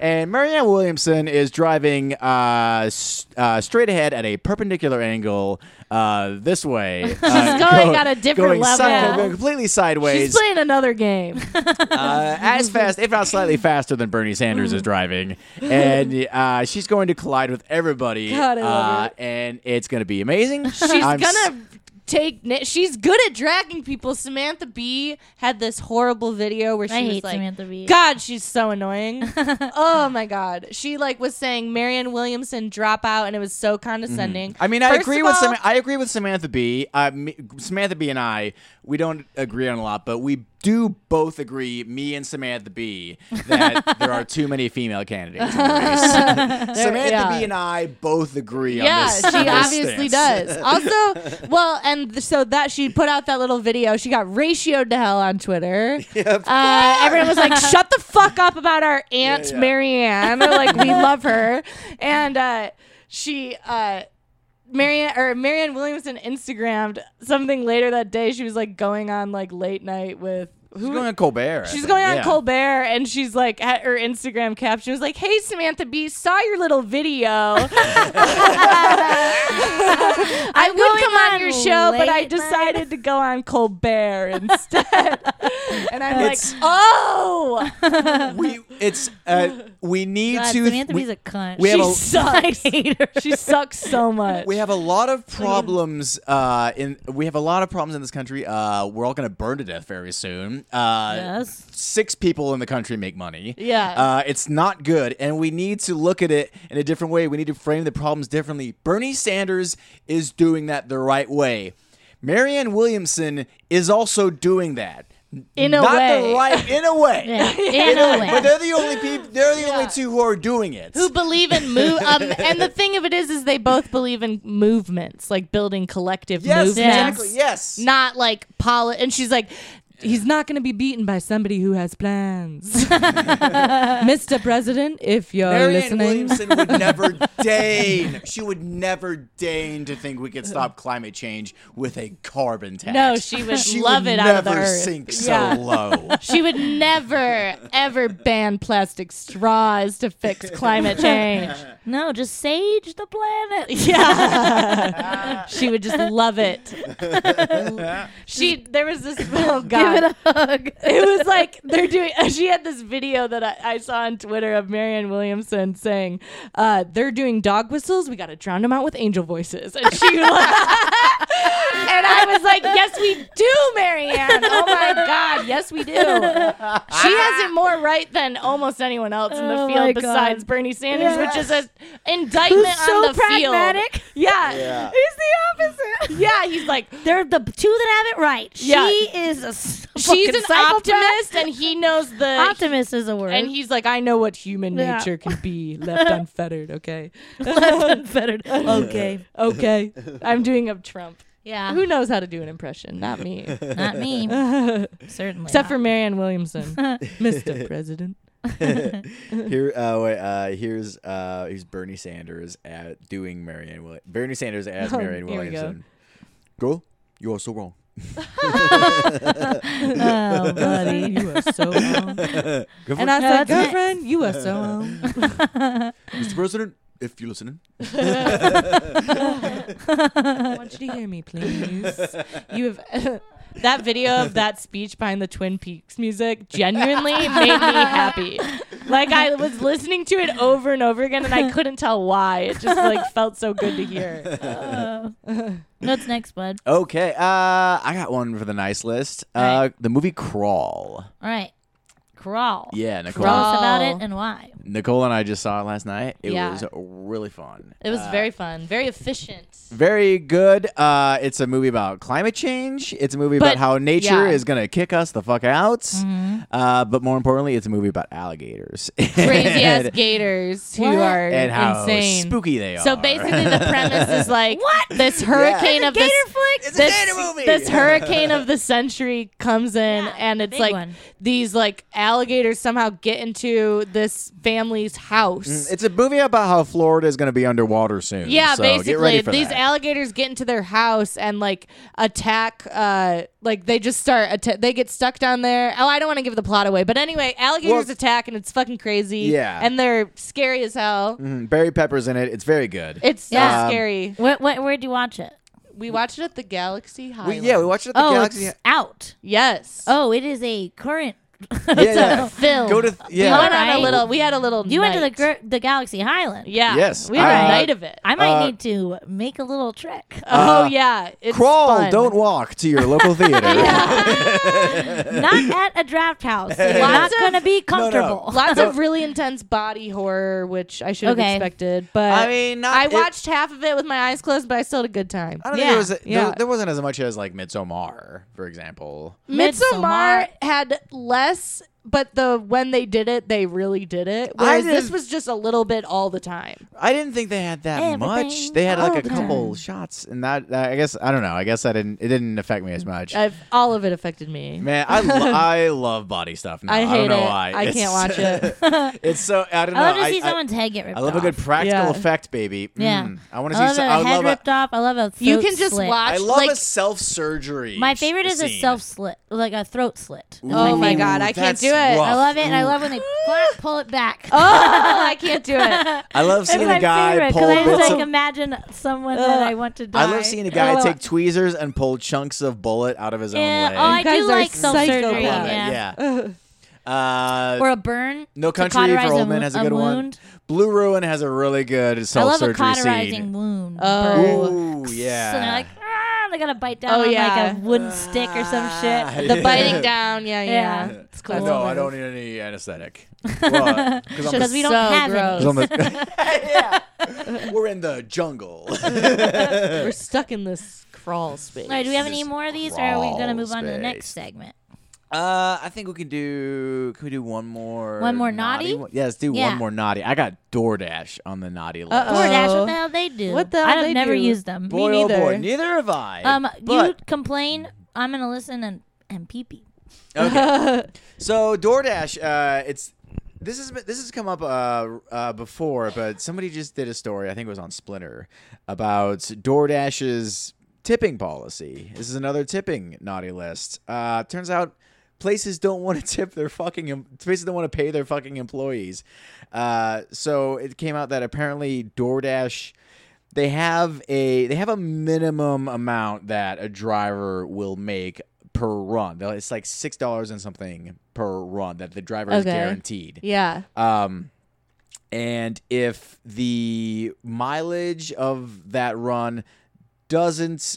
And Marianne Williamson is driving uh, s- uh, straight ahead at a perpendicular angle uh, this way. She's
going at a different
going
level.
side- going completely sideways.
She's playing another game.
Uh, as fast, if not slightly faster than Bernie Sanders
Mm.
is driving, and uh, she's going to collide with everybody.
God, I
uh,
love
and it's going to be amazing.
She's gonna take. na- She's good at dragging people. Samantha Bee had this horrible video where she
I
was
hate
like,
Samantha Bee.
"God, she's so annoying." oh my God, she like was saying Marianne Williamson drop out, and it was so condescending.
Mm-hmm. I mean, I
First
agree
of
with
all-
Sam- I agree with Samantha B. Uh, me- Samantha B. and I, we don't agree on a lot, but we do both agree, me and Samantha B. That there are too many female candidates. In the race. Samantha
yeah.
B. and I both agree on
Yeah,
this.
she
on this
obviously
stance.
does. Also, well, and th- so that she put out that little video. She got ratioed to hell on Twitter. uh, everyone was like, "Shut the fuck up about our aunt
yeah.
Marianne." like we love her, and uh, she. Uh, Marianne or Marianne Williamson Instagrammed something later that day. She was like going on like late night with
She's
who
going on Colbert. I
She's
think,
going on
yeah.
Colbert, and she's like at her Instagram caption was like, "Hey Samantha B, saw your little video. I
I'm
would
going
come on,
on
your show, but I
late night."
decided to go on Colbert instead." and I'm
It's-
like, "Oh,
We it's uh, we need
God,
to.
Samantha
we-
Bee's a cunt.
we have
she
a-
sucks.
I hate her.
she sucks so much."
we have a lot of problems uh, in we have a lot of problems in this country. Uh, we're all going to burn to death very soon. Uh,
Yes.
Six people in the country make money.
Yeah.
Uh, it's not good, and we need to look at it in a different way. We need to frame the problems differently. Bernie Sanders is doing that the right way. Marianne Williamson is also doing that.
In a
Not
way.
the right in a way.
Yeah, in a way.
But they're the only people. They're the only two who are doing it.
who believe in move um, and the thing of it is is they both believe in movements like building collective
yes,
movements
exactly. Yes.
not like poli and she's like he's not going to be beaten by somebody who has plans mr president if you're
Marianne
listening
Williamson would never deign. She would never deign to think we could stop climate change with a carbon tax.
No, she would
she
love
would
it
never
out of the earth.
sink
Yeah.
so low.
she would never ever ban plastic straws to fix climate change
No, just sage the planet.
yeah she would just love it she there was this oh god
Give it a hug.
it was like they're doing she had this video that i, I saw on twitter of marianne williamson saying uh, they're doing dog whistles we gotta drown them out with angel voices and she like, and i was like yes we do marianne oh my god yes we do she has it more right than almost anyone else in the
Oh my
field
God.
besides bernie sanders which is an
Who's
indictment on
so
the
pragmatic.
field yeah.
Yeah.
he's the opposite yeah he's like
They're the two that have it right.
Yeah.
She is a s-
she's
fucking
an
psychopath.
optimist and he knows the
Optimist is a word.
And he's like, I know what human
Yeah.
nature can be left unfettered. Okay.
left unfettered. Okay.
Okay. I'm doing a Trump.
Yeah.
Who knows how to do an impression? Not me.
Not me. Certainly.
Except for
not.
Marianne Williamson, Mr. President.
Here, uh, wait, uh, here's uh, here's Bernie Sanders at doing Marianne Williams. Bernie Sanders as
Oh,
Marianne
here we go.
Williamson. Girl, you are so wrong.
Oh, buddy.
you are so wrong. And I
No,
said,
it's next.
girlfriend, you are so wrong.
Mr. President, if you're listening,
I want you to hear me, please. You have. That video of that speech behind the Twin Peaks music genuinely made me happy. Like I was listening to it over and over again, and I couldn't tell why. It just like felt so good to hear.
Oh. What's next, bud?
okay. Uh, I got one for the nice list. Uh,
Alright.
the movie Crawl.
All right. Crawl.
Yeah, Nicole.
Tell us about
Crawl.
it and why.
Nicole and I just saw it last night. It
Yeah.
was really fun.
It was
Uh,
very fun, very efficient.
very good. Uh, it's a movie about climate change. It's a movie
But-
about how nature
yeah.
is gonna kick us the fuck out. Uh, but more importantly, it's a movie about alligators.
Crazy ass
And-
gators who
What?
are
and how
insane.
spooky they are.
so basically, the premise is like what this hurricane of
Gator
this.
flick.
It's a
This,
gator movie.
this hurricane of the century comes in,
Yeah,
and it's
big
like
one.
these like alligators somehow get into this family's house.
It's a movie about how Florida is going to be underwater soon.
Yeah,
Mm, so
basically,
Get ready for
these
that.
alligators get into their house and like attack. Uh, like they just start. Atta- they get stuck down there. Oh, I don't want to give the plot away, but anyway, alligators
Well-
attack and it's fucking crazy.
Yeah.
and they're scary as hell.
Mm, Barry Pepper's in it. It's very good.
It's so
Yeah. Um,
scary.
What, what, where'd you watch it?
We watched it at the Galaxy High.
we, yeah, we watched it at the
Oh,
Galaxy.
it's out.
yes.
Oh, it is a current
Yeah, yeah.
film.
Go to th- yeah.
We
All
went on
right.
a little. We had a little.
you went to the
night.
gir- the Galaxy Highland.
Yeah.
Yes,
We had
I-
a night of it.
I might
Uh,
need to make a little trek.
Uh-huh.
oh yeah. It's
Crawl,
fun.
don't walk to your local theater.
not at a draft house. You're not
Lots of-
gonna be comfortable.
Lots of really intense body horror, which I should have
Okay.
expected. But
I mean, not-
I
it-
watched half of it with my eyes closed, but I still had a good time.
I don't
Yeah,
think there was
yeah.
there, there wasn't as much as like Midsommar, for example.
Midsommar
Midsommar.
had less, but the when they did it, they really did it.
I
Whereas this
didn't-
was just a little bit all the time.
I didn't think they had that much.
Everything
They had like a
okay.
couple shots, and that, that I guess I don't know. I guess I didn't. It didn't affect me
Mm.
as much.
Uh,
I've, all of it affected me.
Man, I lo- I love body stuff now.
I
I, don't
hate
know
it.
why.
I can't watch
it. it's so I don't know.
I love to see
I,
someone's head get ripped
I love a
off.
good practical
Yeah.
effect, baby.
Yeah.
Mm, I want to
I
see.
love
Some,
a
I
head
love a.
ripped off. I love a throat
You can just
slit.
watch.
I love
like,
a self surgery.
My favorite is a self slit, like a throat slit.
Oh my god, I can't do it.
I love it, and I love when they pull- pull it back.
oh, I can't do it.
I love
That's
seeing
my
a guy
favorite
pull
because I
bits
just like
of. Uh,
imagine someone that I want to die.
I love seeing a
I
guy
love-
take tweezers and pull chunks of bullet out of his
Yeah,
own
oh, I
leg.
guys
do
are
like self
psychopaths.
surgery.
I love
Yeah.
it. Yeah. Uh,
or a burn.
No
to
Country
cauterize
for
a
Old Men
wo-
has a good one.
wound.
Blue Ruin has a really good
I
self
love a
surgery
cauterizing
scene.
wound.
Oh.
burn.
Ooh,
So they're like,
yeah.
ah, they gotta bite down
Oh,
on
yeah.
like a wooden stick or some
Ah.
shit.
The biting down, yeah, yeah.
Yeah.
It's
I
cool.
know, I don't need any anesthetic. Because
Because we don't
So
have
gross.
any.
we're in the jungle.
We're stuck in this crawl space.
All right, do we have any
Jesus
more of these, or are we gonna
crawl
move on to the next
space.
segment?
Uh, I think we can do. Can we do one more?
One more naughty?
one? Yeah, let's do
Yeah.
one more naughty. I got DoorDash on the naughty list.
Uh-oh.
DoorDash,
Oh.
what the hell they do?
What the hell
I've
they
never
do?
used them.
boy,
me
oh boy,
neither.
neither have I.
Um, you
but,
complain. I'm gonna listen and and pee pee.
okay. So DoorDash, uh, it's this is this has come up uh, uh, before, but somebody just did a story. I think it was on Splinter about DoorDash's tipping policy. This is another tipping naughty list. Uh, turns out. Places don't want to tip their fucking em- places don't want to pay their fucking employees, uh, so it came out that apparently DoorDash they have a they have a minimum amount that a driver will make per run. They'll- It's like six dollars and something per run that the driver is
Okay.
guaranteed.
Yeah.
Um, and if the mileage of that run doesn't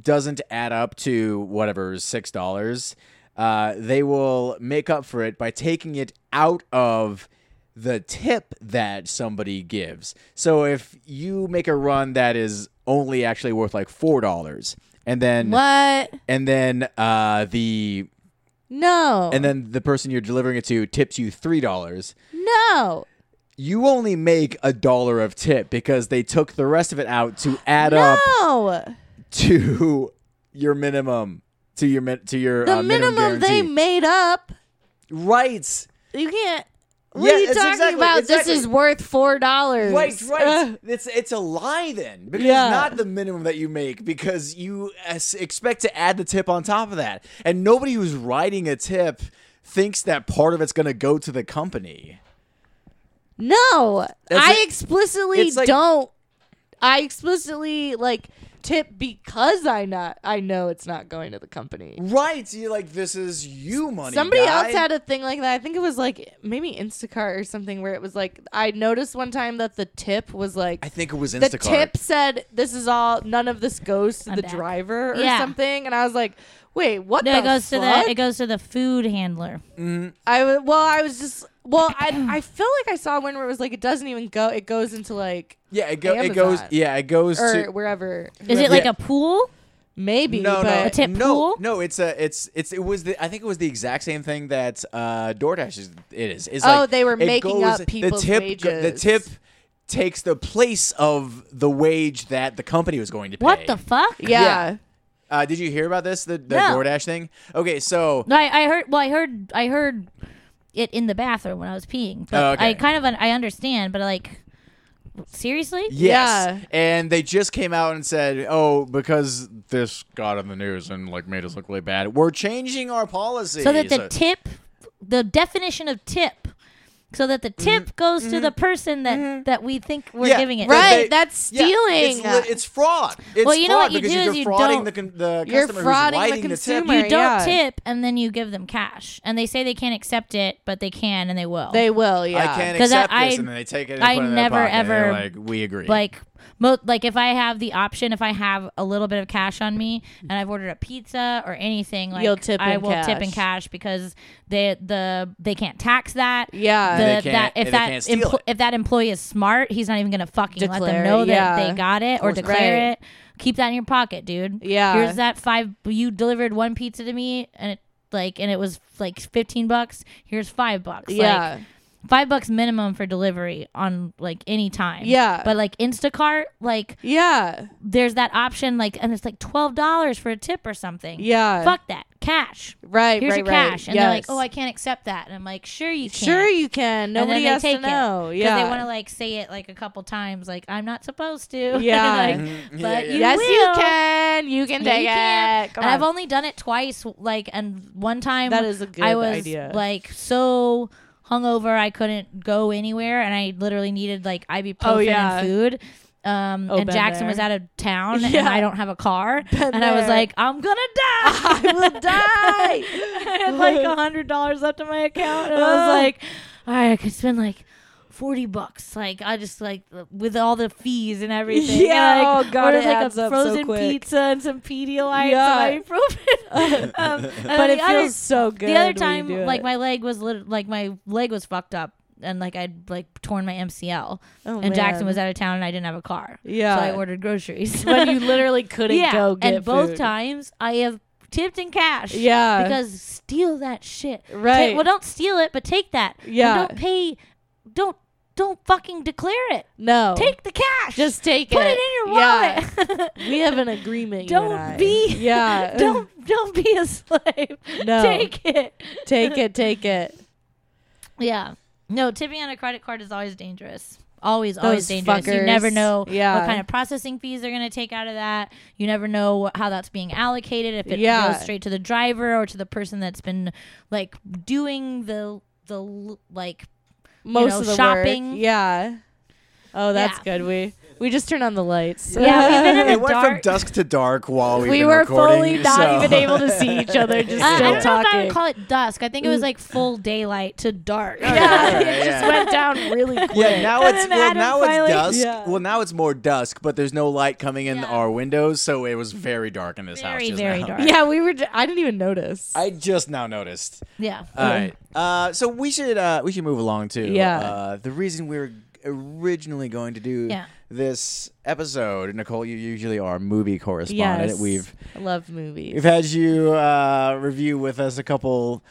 doesn't add up to whatever six dollars, uh, they will make up for it by taking it out of the tip that somebody gives. So if you make a run that is only actually worth like four dollars, and then
What?
and then uh, the
No.
and then the person you're delivering it to tips you three dollars,
no.
you only make a dollar of tip because they took the rest of it out to add up
No.
to your minimum to your min- to your
The
uh, minimum,
minimum they
guarantee.
made up.
right
You can't. What
Yeah,
are you
it's
talking
exactly-
about?
exactly.
This is worth four dollars. Uh,
right right it's it's a lie then because
Yeah.
it's not the minimum that you make because you as- expect to add the tip on top of that and nobody who's writing a tip thinks that part of it's going to go to the company
no,
That's
I
like-
explicitly
it's like-
don't. I explicitly like tip because I not. I know it's not going to the company.
right you're like this is you money
Somebody
guy.
else had a thing like that. I think it was like maybe Instacart or something where it was like I noticed one time that the tip was like
I think it was
the
Instacart.
tip said this is all none of this goes to
I'm
the
back.
driver or
Yeah.
something and i was like wait what
No,
the
it goes to
fuck?
the it goes to the food handler.
i w- well i was just well I, I feel like i saw one where it was like it doesn't even go it goes into like
Yeah, it, go, it
Amazon.
goes. Yeah, it goes
or
to.
wherever
Is it
whoever-
like
Yeah.
a pool?
maybe
No, no,
but
A tip
no,
pool?
no. It's a, it's, it's, it was the. I think it was the exact same thing that uh, DoorDash is. It is. It's
Oh,
like,
they were
it
making
goes,
up people's
the tip, go- The
wages.
tip takes the place of the wage that the company was going to pay.
What the fuck?
yeah,
Uh, did you hear about this? The, the
No.
DoorDash thing. Okay, so
No, I, I heard. Well, I heard. I heard it in the bathroom when I was peeing. But
Oh, okay.
I kind of un- I understand, but like, seriously?
Yes.
Yeah.
And they just came out and said, "Oh, because this got in the news and like made us look really bad. We're changing our policy
So that the tip, the definition of tip, so that the tip goes to the person that that we think we're
Yeah,
giving it. to.
But
Right,
they-
that's
yeah,
stealing.
it's, li- it's fraud. It's
Well, you know
fraud
what you
because
do
you're
is you
defrauding
don't-
the, con- the
You're
customer
frauding the
who's writing the, tip.
consumer.
You don't
yeah.
tip, and then you give them cash, and they say they can't accept it, but they can, and they will.
they will, yeah.
I can't
'Cause I-
accept this,
I-
and then they take it. And
I
put it in their
never,
pocket, and they're
ever,
like we agree.
like mo- like if I have the option, if I have a little bit of cash on me and I've ordered a pizza or anything, like
You'll tip
I
in
will tip in
cash.
cash because they the they can't tax that.
Yeah.
The,
They can't-
that if
they
that
can't steal
empl-
it.
if that employee is smart, he's not even gonna fucking let
Declare
them
it,
know that
yeah.
they got it or
course not.
declare
Right.
it. Keep that in your pocket, dude.
Yeah.
Here's that five. You delivered one pizza to me, and it like and it was like fifteen bucks. Here's five bucks. Like,
yeah.
five bucks minimum for delivery on like any time.
Yeah.
But like Instacart, like
yeah.
there's that option, like, and it's like twelve dollars for a tip or something.
Yeah.
Fuck that. Cash.
Right,
Here's
right,
your
right.
cash. And they're like,
Yes.
oh, I can't accept that. And I'm like, sure you can.
Sure, you can.
And then
Nobody
they
has
take
to know.
It, 'cause
Yeah.
They want to like say it like a couple times, like, I'm not supposed to.
Yeah.
Like, but
Mhm. Yeah, yeah.
you
yes,
will.
you can. You can
Yeah,
take
you can.
it. Come
and
on.
I've only done it twice, like, and one time
That is a good
I was
idea.
like so hungover I couldn't go anywhere, and I literally needed like ibuprofen
yeah.
and food. Um,
Oh,
and
been
Jackson
there.
was out of town, and
Yeah.
I don't have a car, and I was
there.
like, I'm gonna die.
I will die.
I had like a hundred dollars left in my account, and I
Oh.
was like, all right, I could spend like. 40 bucks like i just like with all the fees and everything and
Yeah,
I, like,
oh, God,
ordered,
it
like
adds
a
up so
frozen
quick.
pizza and some pedialyte
Yeah.
and some ibuprofen um, and
but
then
it
the other-
feels so good.
the other
when you
time,
do
like
it.
my leg was lit- like my leg was fucked up, and like I'd like torn my MCL,
Oh,
and Jackson
man.
was out of town, and I didn't have a car,
Yeah.
so I ordered groceries.
when you literally couldn't
yeah,
go get
and both
food.
times I have tipped in cash.
Yeah.
because steal that shit. Ta-
Uh, Right.
well, don't steal it, but take that. And
Yeah.
don't pay. Don't don't fucking declare it.
no.
Take the cash.
Oh. just take
put it,
it.
in your
Yeah.
wallet.
We have an agreement. you and I.
don't be.
Yeah.
Don't don't be a slave.
No.
Take it.
take it. Take it.
Yeah. No, tipping on a credit card is always dangerous. Always, always
Those
dangerous. You never
fuckers.
know
Yeah.
what kind of processing fees they're going to take out of that. You never know wh- how that's being allocated. If it
Yeah.
goes straight to the driver or to the person that's been like doing the the l- like
Most
know,
of the
shopping.
work. Yeah. Oh, that's
Yeah.
good. We we just turned on the lights.
yeah. We've been in
it
the
went from
dark.
dusk to dark while we've
we
been
were
recording,
fully not
so-
even able to see each other. Just
Uh, I don't
still
know if I
talking.
would call it dusk. I think it was like full daylight to dark.
yeah,
Alright,
it just
yeah.
went down really quick.
Yeah, now
And
it's
then
well,
Adam
now
finally-
it's dusk.
Yeah.
Well, now it's more dusk, but there's no light coming in
Yeah.
our windows, so it was very dark in this house.
Very,
just
very
now.
dark.
Yeah, we were. J- I didn't even notice.
I just now noticed.
Yeah.
All right. Uh, so we should uh, we should move along to
Yeah.
Uh, the reason we were originally going to do
Yeah.
this episode, Nicole, you usually are movie correspondent.
Yes.
We've
I love movies.
we've had you uh, review with us a couple.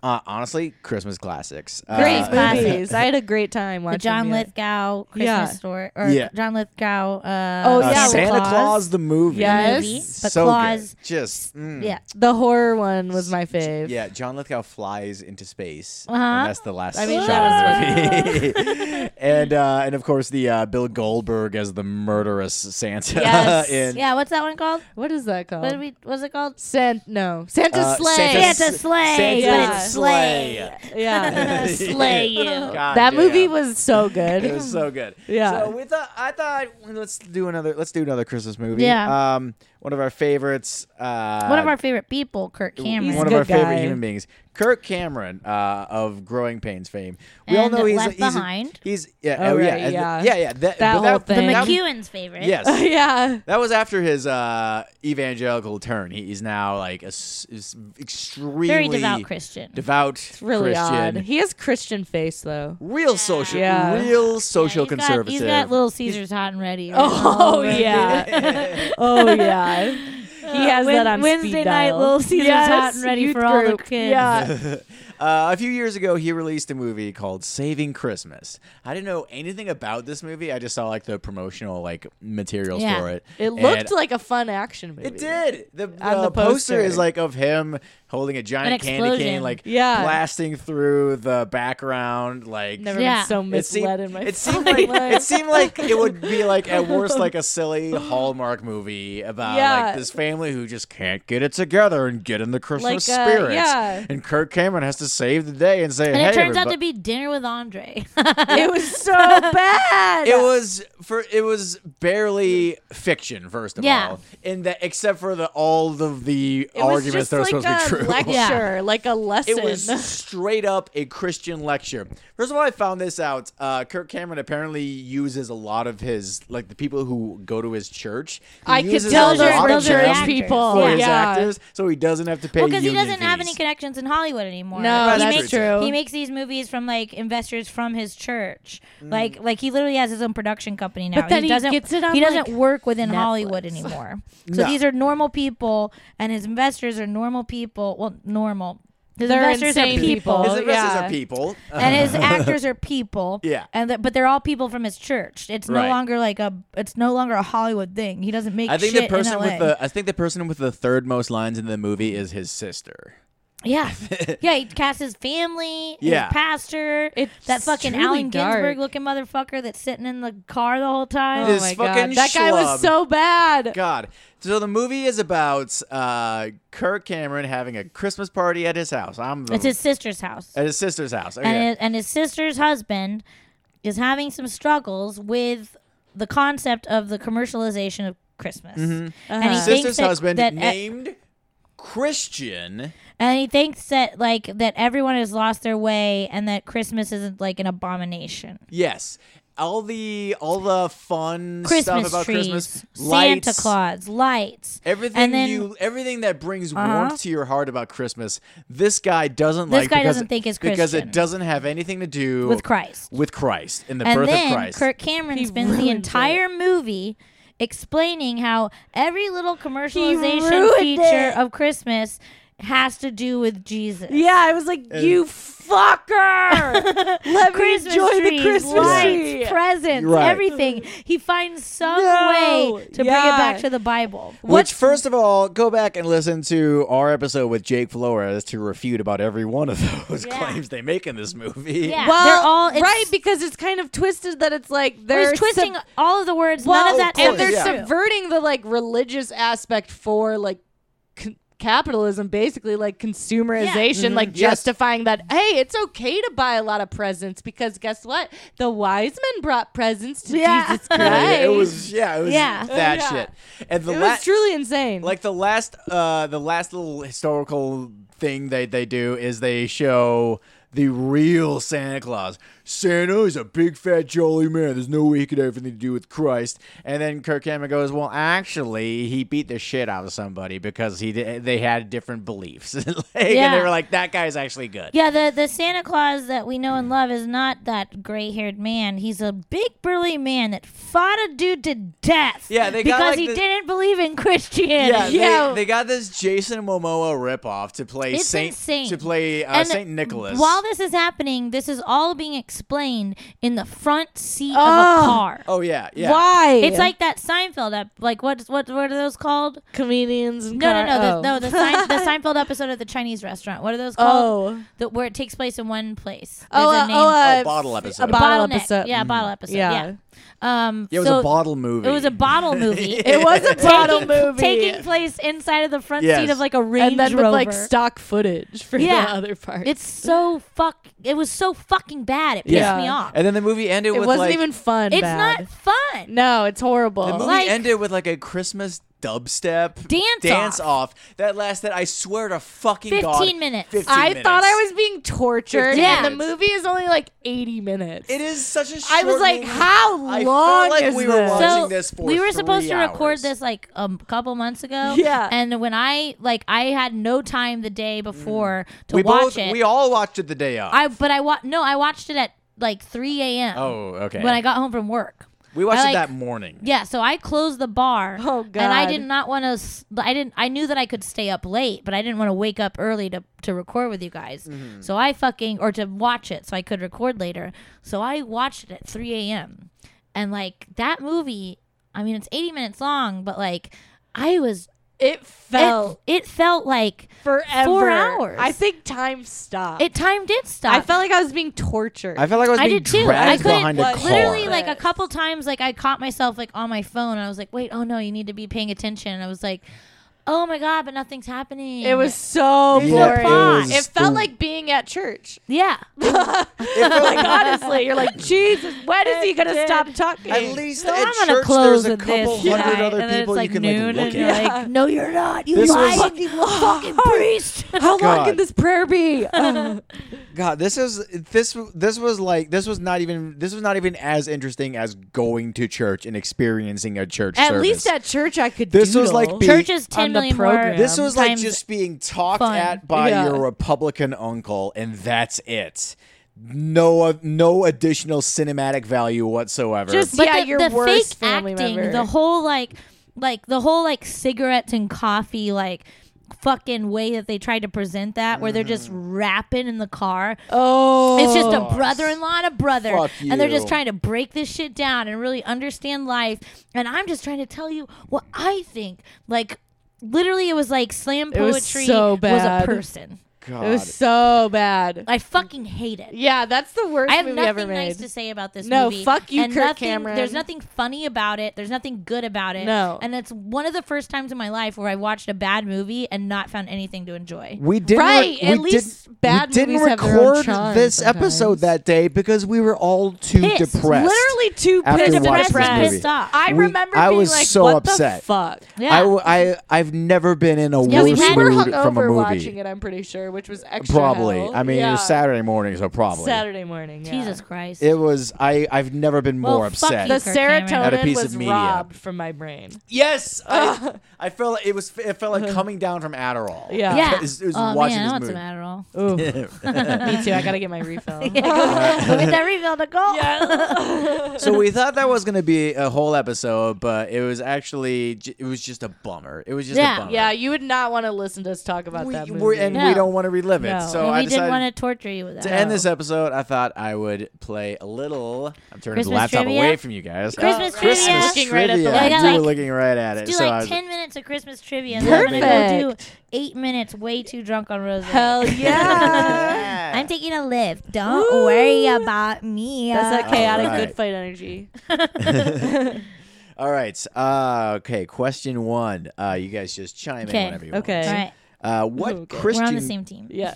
Uh, honestly, Christmas classics.
Great
Uh, classics.
movies. I had a great time watching
The John
it.
Lithgow Christmas
Yeah.
story, or
Yeah.
John Lithgow. Uh,
Oh,
Uh,
yeah, with
Santa Claus. the movie.
Yes.
movie, but
so
Claus.
good. Just mm.
Yeah.
The horror one was my fave.
Yeah, John Lithgow flies into space,
Uh-huh.
and that's the last
I mean,
shot
that
of the movie. and uh, and of course the uh, Bill Goldberg as the murderous Santa
Yes.
in uh,
Yeah, what's that one called?
What is that called?
What did we? What's it called?
San- no, Santa's
uh,
sleigh.
Santa's-
S-
Slay,
Santa's
but it's
Slay.
yeah,
Slay you.
God
that movie
damn.
was so
It
good.
was so good.
Yeah.
So we thought I thought let's do another let's do another Christmas movie.
Yeah.
Um, one of our favorites. Uh,
One of our favorite people, Kirk Cameron.
One of
good
our favorite
guy.
human beings, Kirk Cameron uh, of Growing Pains fame. We all
And
know he's
Left
he's,
Behind.
He's yeah,
Oh,
oh, yeah,
right,
and the-
yeah.
yeah, yeah. That,
That
but
whole
that,
thing.
the
that-
McEwen's favorite.
yes,
yeah,
that was after his uh, evangelical turn. He is now like a s- is extremely
Very devout Christian.
devout
it's really
Christian.
odd. He has Christian face though.
Real social,
Yeah.
real
Yeah,
social
he's got-
conservative.
he's got Little Caesars hot and ready.
Oh yeah, oh yeah. He has that on
Uh, Wednesday
speed
night,
dial.
Little Caesars
Yes,
hot and ready
youth
for all the
group.
kids.
Yeah,
Uh, a few years ago, he released a movie called Saving Christmas. I didn't know anything about this movie. I just saw like the promotional like materials
Yeah.
for it.
it
And
looked like a fun action movie.
it did. The,
On
the
the
poster.
poster.
is like of him holding a giant candy cane,
explosion.
like
Yeah.
blasting through the background, like
Never
Yeah.
been so
It seemed,
misled in my
it seemed
fucking
like
life.
it seemed like it would be like at worst like a silly Hallmark movie about
Yeah.
like this family who just can't get it together and get in the Christmas
Like, uh,
spirit.
yeah.
And Kirk Cameron has to save the day and say,
And
"Hey,
it turns out
everybo-
to be dinner with Andre.
it was so bad.
It was for it was barely fiction, first of
Yeah.
all, in that except for the all of the
It was
arguments
just
that are
like uh,
supposed
a
to be true.
lecture,
Yeah.
like a lesson.
It was straight up a Christian lecture. First of all, I found this out. Uh, Kirk Cameron apparently uses a lot of his, like the people who go to his church. He
I could
uses
tell
a
those are-
there
lot
were
of
those are
church
them
actors.
people.
for his
yeah.
actors, so he doesn't have to pay.
Well, because he
union
doesn't have any
fees.
connections in Hollywood anymore.
No,
Like,
that's
he makes,
true.
He makes these movies from like investors from his church.
Mm.
Like, like he literally has his own production company now.
But then he
doesn't.
gets it on,
he doesn't
like,
work within
Netflix.
Hollywood anymore. So
No.
these are normal people, and his investors are normal people. Well, normal. His
They're
investors are
insane people.
His
Oh,
investors
yeah.
are people. Uh,
and his actors are people.
Yeah.
and th- but they're all people from his church. It's no
Right.
longer like a. It's no longer a Hollywood thing. He doesn't make.
I think
shit
the person
in
with
LA.
the I think the person with the third most lines in the movie is his sister.
Yeah, yeah. He cast his family,
Yeah.
his pastor,
It's
that fucking
truly
Allen Ginsberg
dark.
looking motherfucker that's sitting in the car the whole time.
Oh
This
my
fucking
god, that guy
schlub.
was so bad.
God. So the movie is about uh, Kirk Cameron having a Christmas party at his house. I'm the,
It's his sister's house,
at his sister's house. Okay.
and his, and his sister's husband is having some struggles with the concept of the commercialization of Christmas. And he
Uh-huh.
thinks
Mm-hmm. sister's
that-
husband
Uh, that,
named Christian.
and he thinks that like that everyone has lost their way, and that Christmas isn't like an abomination.
Yes. All the all the fun stuff
Christmas
about
trees,
Christmas,
Santa
lights,
Claus, lights,
Everything
and then-
you everything that brings
Uh-huh.
warmth to your heart about Christmas, this guy doesn't
This
like
guy
because,
doesn't think it's
because
Christian.
it doesn't have anything to do
with Christ.
with Christ and the
and
birth
then
of Christ.
Kirk Cameron
He
spends the
ruined
entire movie explaining how every little commercialization
ruined
feature
it.
of Christmas has to do with Jesus.
Yeah, I was like, you fucker! Let
Christmas
me enjoy
trees,
the Christmas
lights,
tree.
presents,
Right.
everything. He finds some
No.
way to bring it
Yeah.
back to the Bible.
Which, first of all, go back and listen to our episode with Jake Flores to refute about every one of those
Yeah.
claims they make in this movie.
Yeah.
well,
They're all- it's-
right because it's kind of twisted that it's like they're
He's twisting
sub-
all of the words.
well,
None of that
course,
and they're
yeah.
subverting the like religious aspect for like. Con- capitalism basically like consumerization like
Mm-hmm. Yes.
justifying that hey it's okay to buy a lot of presents because guess what the wise men brought presents to
Yeah.
jesus christ
Yeah, It was yeah, it was
Yeah.
that
Yeah.
shit. And the
It
la-
was truly insane
like the last uh the last little historical thing they they do is they show the real Santa Claus. Santa is a big fat jolly man. There's no way he could have anything to do with Christ. And then Kirk Cameron goes, "Well, actually, he beat the shit out of somebody because he di- they had different beliefs." like, And they
Yeah.
were like, "That guy's actually good."
Yeah, the, the Santa Claus that we know and love is not that gray haired man. He's a big burly man that fought a dude to death.
Yeah, they got,
because
like,
he
the-
didn't believe in Christianity.
Yeah,
Yeah.
They, they got this Jason Momoa ripoff to play
It's
Saint
insane.
to play uh,
And
Saint Nicholas.
While this is happening, this is all being explained in the front seat of
Oh.
a car.
oh yeah, yeah.
why
It's like that Seinfeld up. Like what's what? What are those called?
comedians and
No, no, no,
car-
the,
oh.
no. The, Sein, the Seinfeld episode of the Chinese restaurant. What are those called?
oh.
The, where it takes place in one place.
Oh,
There's
uh,
a name.
oh, uh,
Oh, bottle episode.
A bottle
Bottleneck.
episode. Mm-hmm.
Yeah, bottle episode.
Yeah.
Yeah. Um.
Yeah, it was
so
a bottle movie.
It was a bottle movie.
It was a bottle
taking,
movie.
taking place inside of the front
Yes.
seat of like a Range
and then
Rover.
with like stock footage for
Yeah.
the other part.
It's so fuck. It was so fucking bad. It pissed
Yeah.
me off.
And then the movie ended
it
with
wasn't
like
even fun.
It's
bad.
not fun.
No, it's
the
horrible.
movie
like-
ended with like a Christmas dubstep
Dance
dance
off.
off. that lasted. I swear to fucking god,
15 minutes.
15
I
minutes.
thought I was being tortured.
Fifteen
and the
minutes.
movie is only like 80 minutes.
It is such a. Short
I was like,
movie.
how
I felt
long
like
is
we were
this?
watching-
So
this for
we were supposed
three
to record
hours.
this like a m- couple months ago.
Yeah.
And when I like, I had no time the day before to
Mm. We
watch
both.
it.
We all watched it the day of.
I but I wa- no, I watched it at like 3 a.m.
Oh, okay.
When I got home from work.
we watched
I,
it
like-
that morning.
Yeah, so I closed the bar.
Oh,
And I
God.
did not want to. I didn't. I knew that I could stay up late, but I didn't want to wake up early to to record with you guys.
Mm-hmm.
So I fucking or to watch it so I could record later. So I watched it at 3 a.m. And like that movie, I mean, it's 80 minutes long, but like I was
It
It,
felt
it felt like
forever.
four hours.
I think time stopped.
it time did stop.
I felt like I was being tortured.
I felt like I was
I
being
did too. I
dragged
couldn't-
behind a
like,
car.
literally like a
Yes.
couple times like i caught myself like on my phone and i was like wait oh no you need to be paying attention and i was like oh my god but nothing's happening
it was so
Yeah,
it
boring. It,
was
boring.
felt like being at church.
yeah
like honestly, you're like Jesus. When is he gonna stop talking?
At least
so
at
i'm gonna
church,
close
there's a
with
couple
this
hundred
tonight.
other
and then it's
people
like
you can
noon and
like look
you're
at.
like no you're not you
This was-
lying you fucking priest
How long
God.
can this prayer be?
God, this is this this was like this was not even this was not even as interesting as going to church and experiencing a church
at
service.
least at church, I could.
This was
doodle.
like being-
church is
On
10
the
million more
program.
This was like
times-
just being talked
fun.
at by
Yeah.
your Republican uncle, and that's it. No, uh, no additional cinematic value whatsoever.
Just-
but
Yeah,
the,
your
the
worst
fake
family
acting,
member.
the whole like, like the whole like cigarettes and coffee like fucking way that they tried to present that, where they're just rapping in the car.
oh,
It's just a brother-in-law and a brother,
Fuck
and they're just
you.
trying to break this shit down and really understand life. And I'm just trying to tell you what I think. Like, literally, it was like slam
It was
poetry
so
was
bad.
a person.
God.
Oh, It was so bad.
I fucking hate it.
yeah, that's the worst
I have
movie
nothing
ever made.
nice to say about this
No,
movie.
fuck you,
and
Kirk
nothing,
Cameron.
There's nothing funny about it. There's nothing good about it.
No.
And it's one of the first times in my life where I watched a bad movie and not found anything to enjoy.
we didn't.
Right,
we
at least
didn't,
bad
we didn't
movies have their own
record
charm
this
sometimes.
episode that day because we were all too
Pissed.
depressed.
Literally too
After
pissed.
watching this
depressed.
movie.
pissed off.
I
We-
remember
I
being
was
like,
so
what
upset.
the fuck?
Yeah.
I, I, I've never been in a
Yeah, we
worse
had-
we were
mood from a
hungover
movie.
watching it. I'm pretty sure, which was extra.
Probably.
hell.
I mean, it
Yeah.
was Saturday morning, so probably.
Saturday morning. yeah.
Jesus Christ.
It was. I. I've never been
Well,
more
fuck
upset.
The
Kirk Cameron.
At a
serotonin
piece
was
of media.
robbed from my brain.
Yes, I, I felt like it was. It felt like coming down from Adderall.
Yeah.
yeah.
It was- it was
oh
watching
man,
this
I want
movie.
some Adderall.
Ooh. Me too. I gotta get my refill.
Go get that refill, Nicole.
So we thought that was going to be a whole episode, but it was actually. j- It was just a bummer. It was just
Yeah.
a bummer.
Yeah, you would not want to listen to us talk about
We,
that movie.
we're, and we
No.
don't want to relive it.
No.
So
And
I
we didn't
decided
want to torture you with that.
to end this episode. I thought I would play a little. I'm turning the
Christmas
laptop
trivia?
away from you guys. Uh,
Christmas trivia.
Oh,
Christmas
Looking right at the
trivia.
laptop. Yeah,
you were
like-
looking right at it.
Do
so I
like
was,
ten minutes of Christmas trivia, and then I'm gonna go do
Perfect.
eight minutes way too drunk on Rose.
Hell yeah.
Yeah.
I'm taking a lift. Don't worry about me.
That's that chaotic
Alright.
good fight energy.
All right. Uh, okay. Question one. Uh, you guys just chime
Okay,
in whenever you want.
okay.
All right,
Uh, what
Okay. We're on
Christian?
we're on the same team.
Yeah.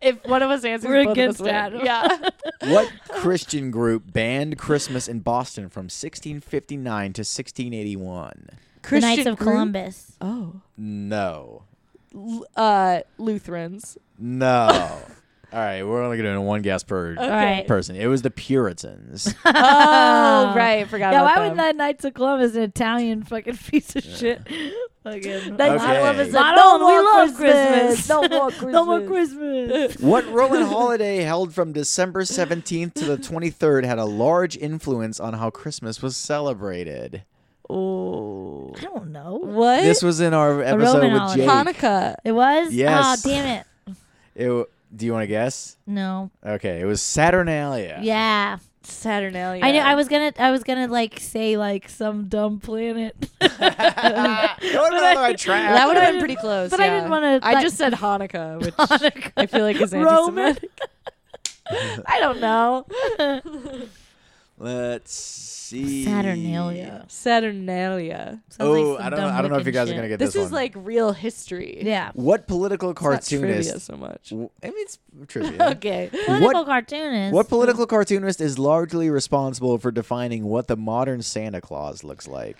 if one of us answers,
We're
both
against
of us
Adam.
win. Yeah.
What Christian group banned Christmas in Boston from 1659 to 1681?
the Knights of Columbus.
Oh.
No.
L- uh, Lutherans.
No. All right. We're only doing one guess per
All right.
person. It was the Puritans.
Oh, right. Forgot
Yeah,
about
why
them.
would that Knights of Columbus an Italian fucking piece of shit? Fucking.
Knights
Okay.
of Columbus said,
I
no
don't
more
want
Christmas.
Christmas. No more Christmas.
No more
Christmas.
what Roman holiday held from December 17th to the 23rd had a large influence on how Christmas was celebrated?
Oh.
I don't know.
What?
This was in our episode
Roman
with
holiday.
Jake.
Hanukkah.
It was.
Yes.
Oh damn it.
It w- do you want to guess?
No.
Okay, it was Saturnalia.
Yeah.
Saturnalia.
I knew. I was gonna. I was gonna like say like some dumb planet.
That would've been another trap.
That would
But I
have been
didn't-
pretty close.
but I didn't
yeah.
wanna,
I
like-
just said Hanukkah, which I
Hanukkah.
feel like is
Roman.
anti-Semitic. I don't know.
Let's see.
Saturnalia.
Saturnalia.
Sounds like
Oh,
some
I don't know.
dumb
I don't know if
looking
you guys are
shit.
gonna get this.
This, is
one.
like real history.
Yeah.
what political
It's not trivia
cartoonist?
so much.
w- I mean, it's trivia.
Okay.
Political cartoonist.
What political cartoonist is largely responsible for defining what the modern Santa Claus looks like?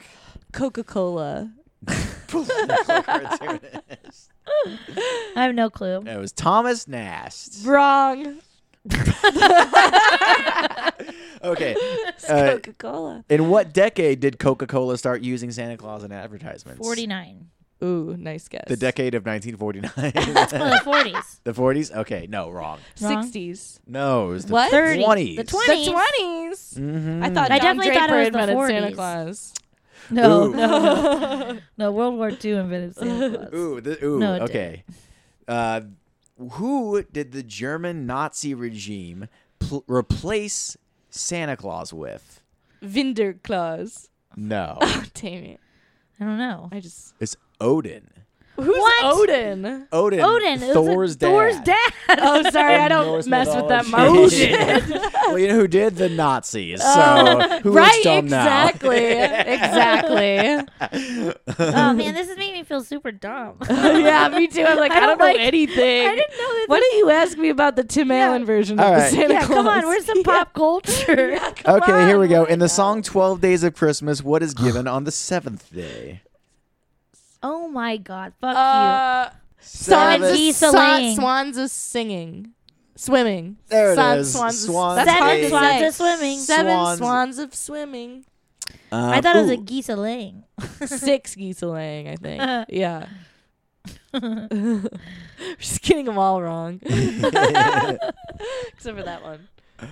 Coca Cola.
Political cartoonist.
I have no clue.
It was Thomas Nast.
Wrong.
Okay. Uh,
Coca Cola.
in what decade did Coca-Cola start using Santa Claus in advertisements?
Forty nine.
Ooh, nice guess.
The decade of 1949.
Well, the forties.
the 40s? Okay, no, wrong.
Wrong.
60s.
No, it was the
What?
30.
20s.
The
The
20s.
20s.
Mm-hmm.
I thought
I
John
definitely
Draper
thought it was the
invented Santa
40s.
Claus.
No,
Ooh.
no, no, no. World War II invented Santa Claus.
Ooh, the, ooh,
No, it
okay. Uh, who did the German Nazi regime pl- replace Santa Claus with?
Vinder Claus.
No.
Oh, damn it.
I I don't know.
I just
It's Odin.
who's
What?
Odin?
Odin.
Odin. it was a-
Thor's dad.
Thor's dad.
Oh, sorry, I don't
Norse
mess with that
mythology.
motion.
well, you know who did the Nazis.
Oh,
So who looks
Right,
dumb now?
exactly, exactly.
oh man, this is making me feel super dumb.
yeah, me too. I'm like, I, don't, know anything.
I didn't know that.
Why don't you ask me about the Tim Allen version
All
of
right.
the Santa
yeah,
Claus?
come on. Where's the pop culture?
Okay, here we go. In the song 12 Days of Christmas, what is given on the seventh day?
Oh my god, fuck
uh,
Seven
swans,
geese
is, swan,
a-laying.
swans is singing, swimming.
There it
Sun-
is.
Swans,
Swans
you.
That's
Seven
hard to
swans
say.
are swimming.
Seven
Swans.
swans, of swimming.
Um,
I thought it was
ooh,
a geese a laying.
Six geese laying, I think. yeah. We're just getting them all wrong, except for that one.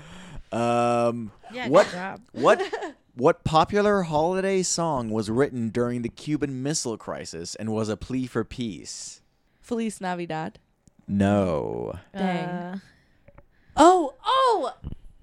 Um,
Yeah,
what,
good job.
what, what popular holiday song was written during the Cuban Missile Crisis and was a plea for peace?
Feliz Navidad.
No.
Dang.
Uh,
Oh, oh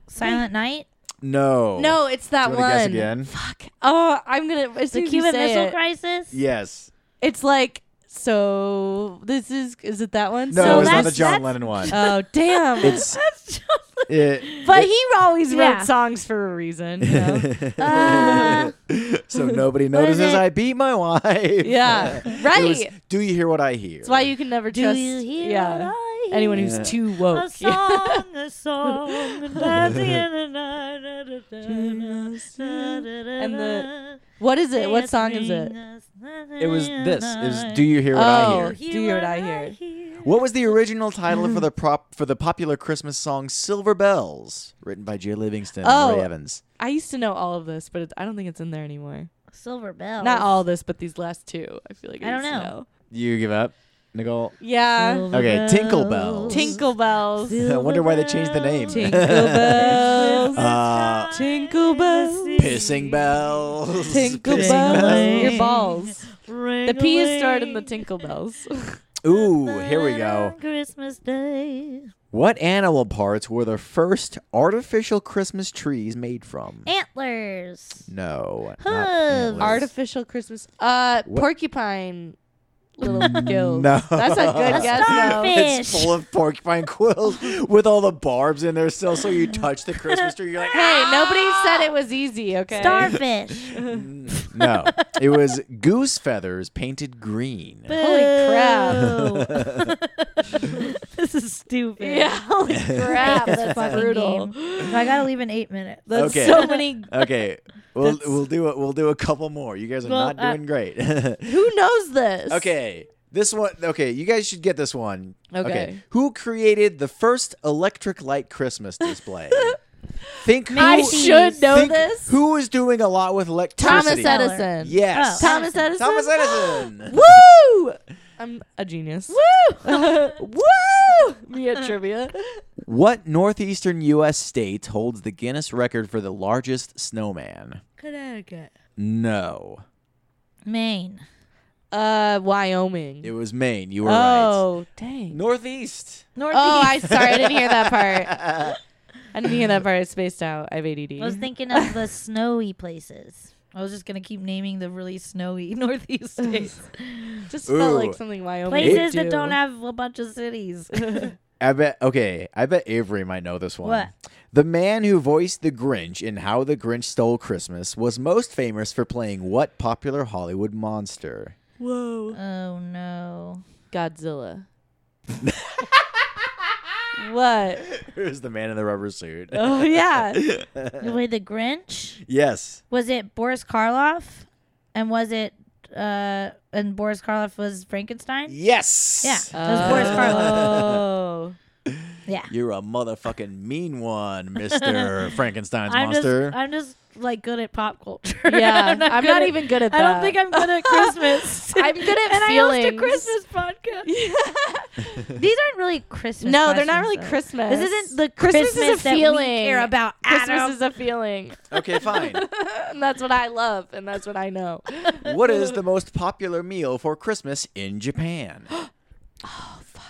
Silent Night.
No.
no, it's that
Oh. Do you
one.
wanna guess again?
Fuck. Oh, I'm gonna. As
The
soon as you
Cuban
say
Missile
it,
Crisis.
Yes.
It's like so. This is is it that one?
No,
so
it was not the
that's-
John
that's-
Lennon one.
Oh damn!
it's.
That's just-
It,
but
it-
he always
Yeah.
wrote songs for a reason. You know?
uh,
so nobody
What is
notices
it?
I beat my wife.
yeah, right.
It was, Do you hear what I hear?
That's why you can never
do
trust
you hear
yeah
what I hear?
anyone
Yeah.
who's too
A
woke. Yeah.
song, a song, and dancing in the night. da, da, da, da, da, da,
And the-
da.
What is it? What
It's
song is it?
bring us
It was this. It was
night.
Do You Hear What I
Oh.
Hear?
Do You Hear What I Hear?
What was the original title for the prop for the popular Christmas song Silver Bells, written by Jay Livingston and
Oh.
Ray Evans?
I used to know all of this, but it, I don't think it's in there anymore.
Silver Bells.
Not all this, but these last two. I feel like I,
I don't
used to
know.
You give up, Nicole?
Yeah,
Silver
Okay, Tinkle Bells.
Tinkle Bells.
I wonder why they changed the name.
Tinkle bells,
Uh,
tinkle bells,
Pissing bells.
tinkle
Pissing
bells,
bells.
your balls. The P is starred in the Oh. tinkle bells.
Ooh, here we go.
Christmas Day.
What animal parts were the first artificial Christmas trees made from?
Antlers.
no. not
Hooves.
antlers.
Artificial Christmas. Uh,
What?
porcupine little gills.
No.
That's a good
A
guess, though.
starfish.
It's full of porcupine quills with all the barbs in there still. So you touch the Christmas tree, you're like,
Hey, nobody said it was easy, okay?
Starfish.
"Mm, No, it was goose feathers painted green.
Holy
this is stupid.
Yeah, holy crap.
This
That's
fucking
brutal.
game. No, I gotta leave in eight minutes.
That's
Okay.
so many.
Okay, we'll we'll do it. We'll do a couple more. You guys are
Well,
not
uh,
doing great.
Who knows this?
okay, this one. Okay, you guys should get this one.
Okay.
who created the first electric light Christmas display? Think who,
I should know
think
this.
Who is doing a lot with
Thomas
electricity?
Edison.
Yes,
Oh.
Thomas Edison.
Thomas Edison.
Woo! I'm a genius. Woo! Woo! Me at trivia.
What northeastern U.S. state holds the Guinness record for the largest snowman?
Connecticut.
No,
Maine.
Uh, Wyoming.
it was Maine. You were right.
oh, dang.
Northeast.
Northeast.
Oh, I sorry, I didn't hear that part. I didn't hear that part. I spaced out. I have ADD.
I was thinking of the snowy places. I was just gonna keep naming the really snowy northeast states.
Just
Ooh.
felt like something Wyoming.
places
would
that don't have a bunch of cities.
I bet. Okay, I bet Avery might know this one.
What?
The man who voiced the Grinch in How the Grinch Stole Christmas was most famous for playing what popular Hollywood monster?
Whoa.
oh no.
Godzilla. what?
Who's the man in the rubber suit?
Oh yeah.
Wait, the Grinch?
yes.
Was it Boris Karloff? And was it uh and Boris Karloff was Frankenstein?
Yes.
Yeah. That was Boris Karloff.
Oh.
Yeah.
You're a motherfucking mean one, Mister Frankenstein's
I'm
monster.
just I'm just like good at pop culture.
Yeah, I'm not
good
even good at
I
that.
don't think I'm good at Christmas.
I'm good at
and I host a
feelings.
Christmas podcast. These aren't really Christmas.
No, they're
questions,
not really
though.
Christmas.
This isn't the
Christmas
Christmas,
is a
that we
feeling.
care about.
Christmas
Adam.
is a feeling,
okay, fine.
and that's what I love, and that's what I know.
what is the most popular meal for Christmas in Japan?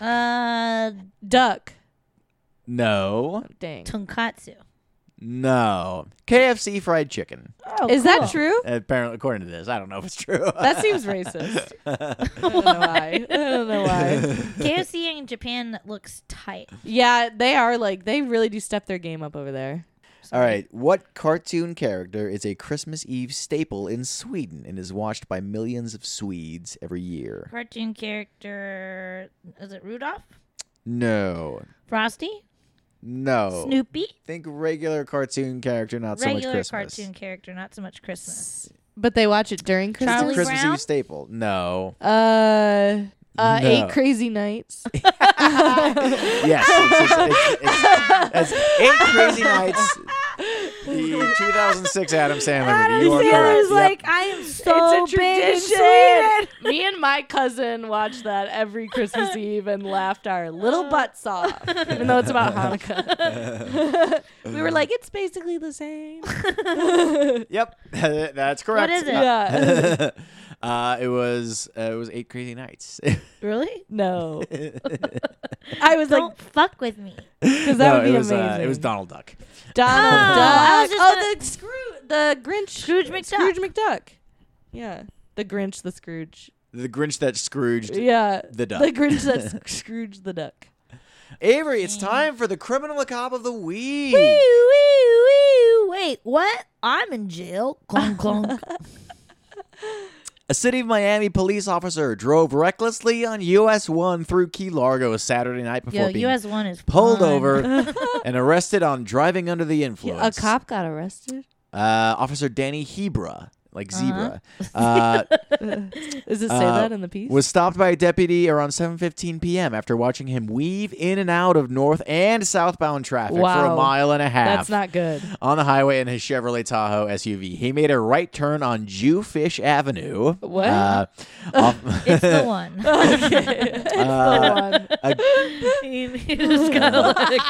uh,
Duck.
No.
Dang.
tonkatsu.
No. KFC fried chicken.
Oh,
Is
cool.
that true?
Apparently, according to this, I don't know if it's true.
That seems racist. I don't know why. I don't know why.
KFC in Japan looks tight.
Yeah, they are like they really do step their game up over there.
All right. What cartoon character is a Christmas Eve staple in Sweden and is watched by millions of Swedes every year?
Cartoon character is it Rudolph?
No.
Frosty?
No.
Snoopy?
Think regular cartoon character, not so Oh, much
Regular
Christmas.
cartoon character, not so much Christmas.
But they watch it during Christmas.
Charlie
Christmas
Brown?
Eve staple. No.
Uh, uh
No.
eight crazy nights.
Yes. It's, it's, it's- it's- it's Eight Crazy Nights. The 2006 Adam Sandler movie. You are correct. Yep.
I am
it's a tradition. Me and my cousin watched that every Christmas Eve and laughed our little butts off, even though it's about Hanukkah. we were like, it's basically the same.
Yep, that's correct.
is it?
yeah.
uh, it was uh, it was Eight Crazy Nights.
Really? No. I was like,
Don't fuck with me.
because that
No,
would be
it was, uh,
amazing.
it was Donald Duck.
Donald
Oh,
Duck.
I was just
oh,
gonna-
the screw, the Grinch,
Scrooge McDuck.
Scrooge McDuck. Yeah, the Grinch, the Scrooge.
The Grinch that Scrooged.
Yeah,
the duck.
the Grinch that sc- Scrooge the duck.
Avery, it's time for the criminal cop of the week.
Wait, what? I'm in jail. Clunk, clunk.
A city of Miami police officer drove recklessly on US 1 through Key Largo Saturday night before
Yo,
being
US one is
pulled
fun.
over and arrested on driving under the
A
influence.
cop got arrested.
Uh, Officer Danny Hebra, like zebra, uh
Uh-huh. Does it say
Uh,
that in the piece?
was stopped by a deputy around 7:15 p.m. after watching him weave in and out of north and southbound traffic for a
Wow.
mile and a half
That's not good.
on the highway in his Chevrolet Tahoe SUV. He made a right turn on Jewfish Avenue.
What?
Uh, off-
It's the one.
uh, a-
you just gotta let it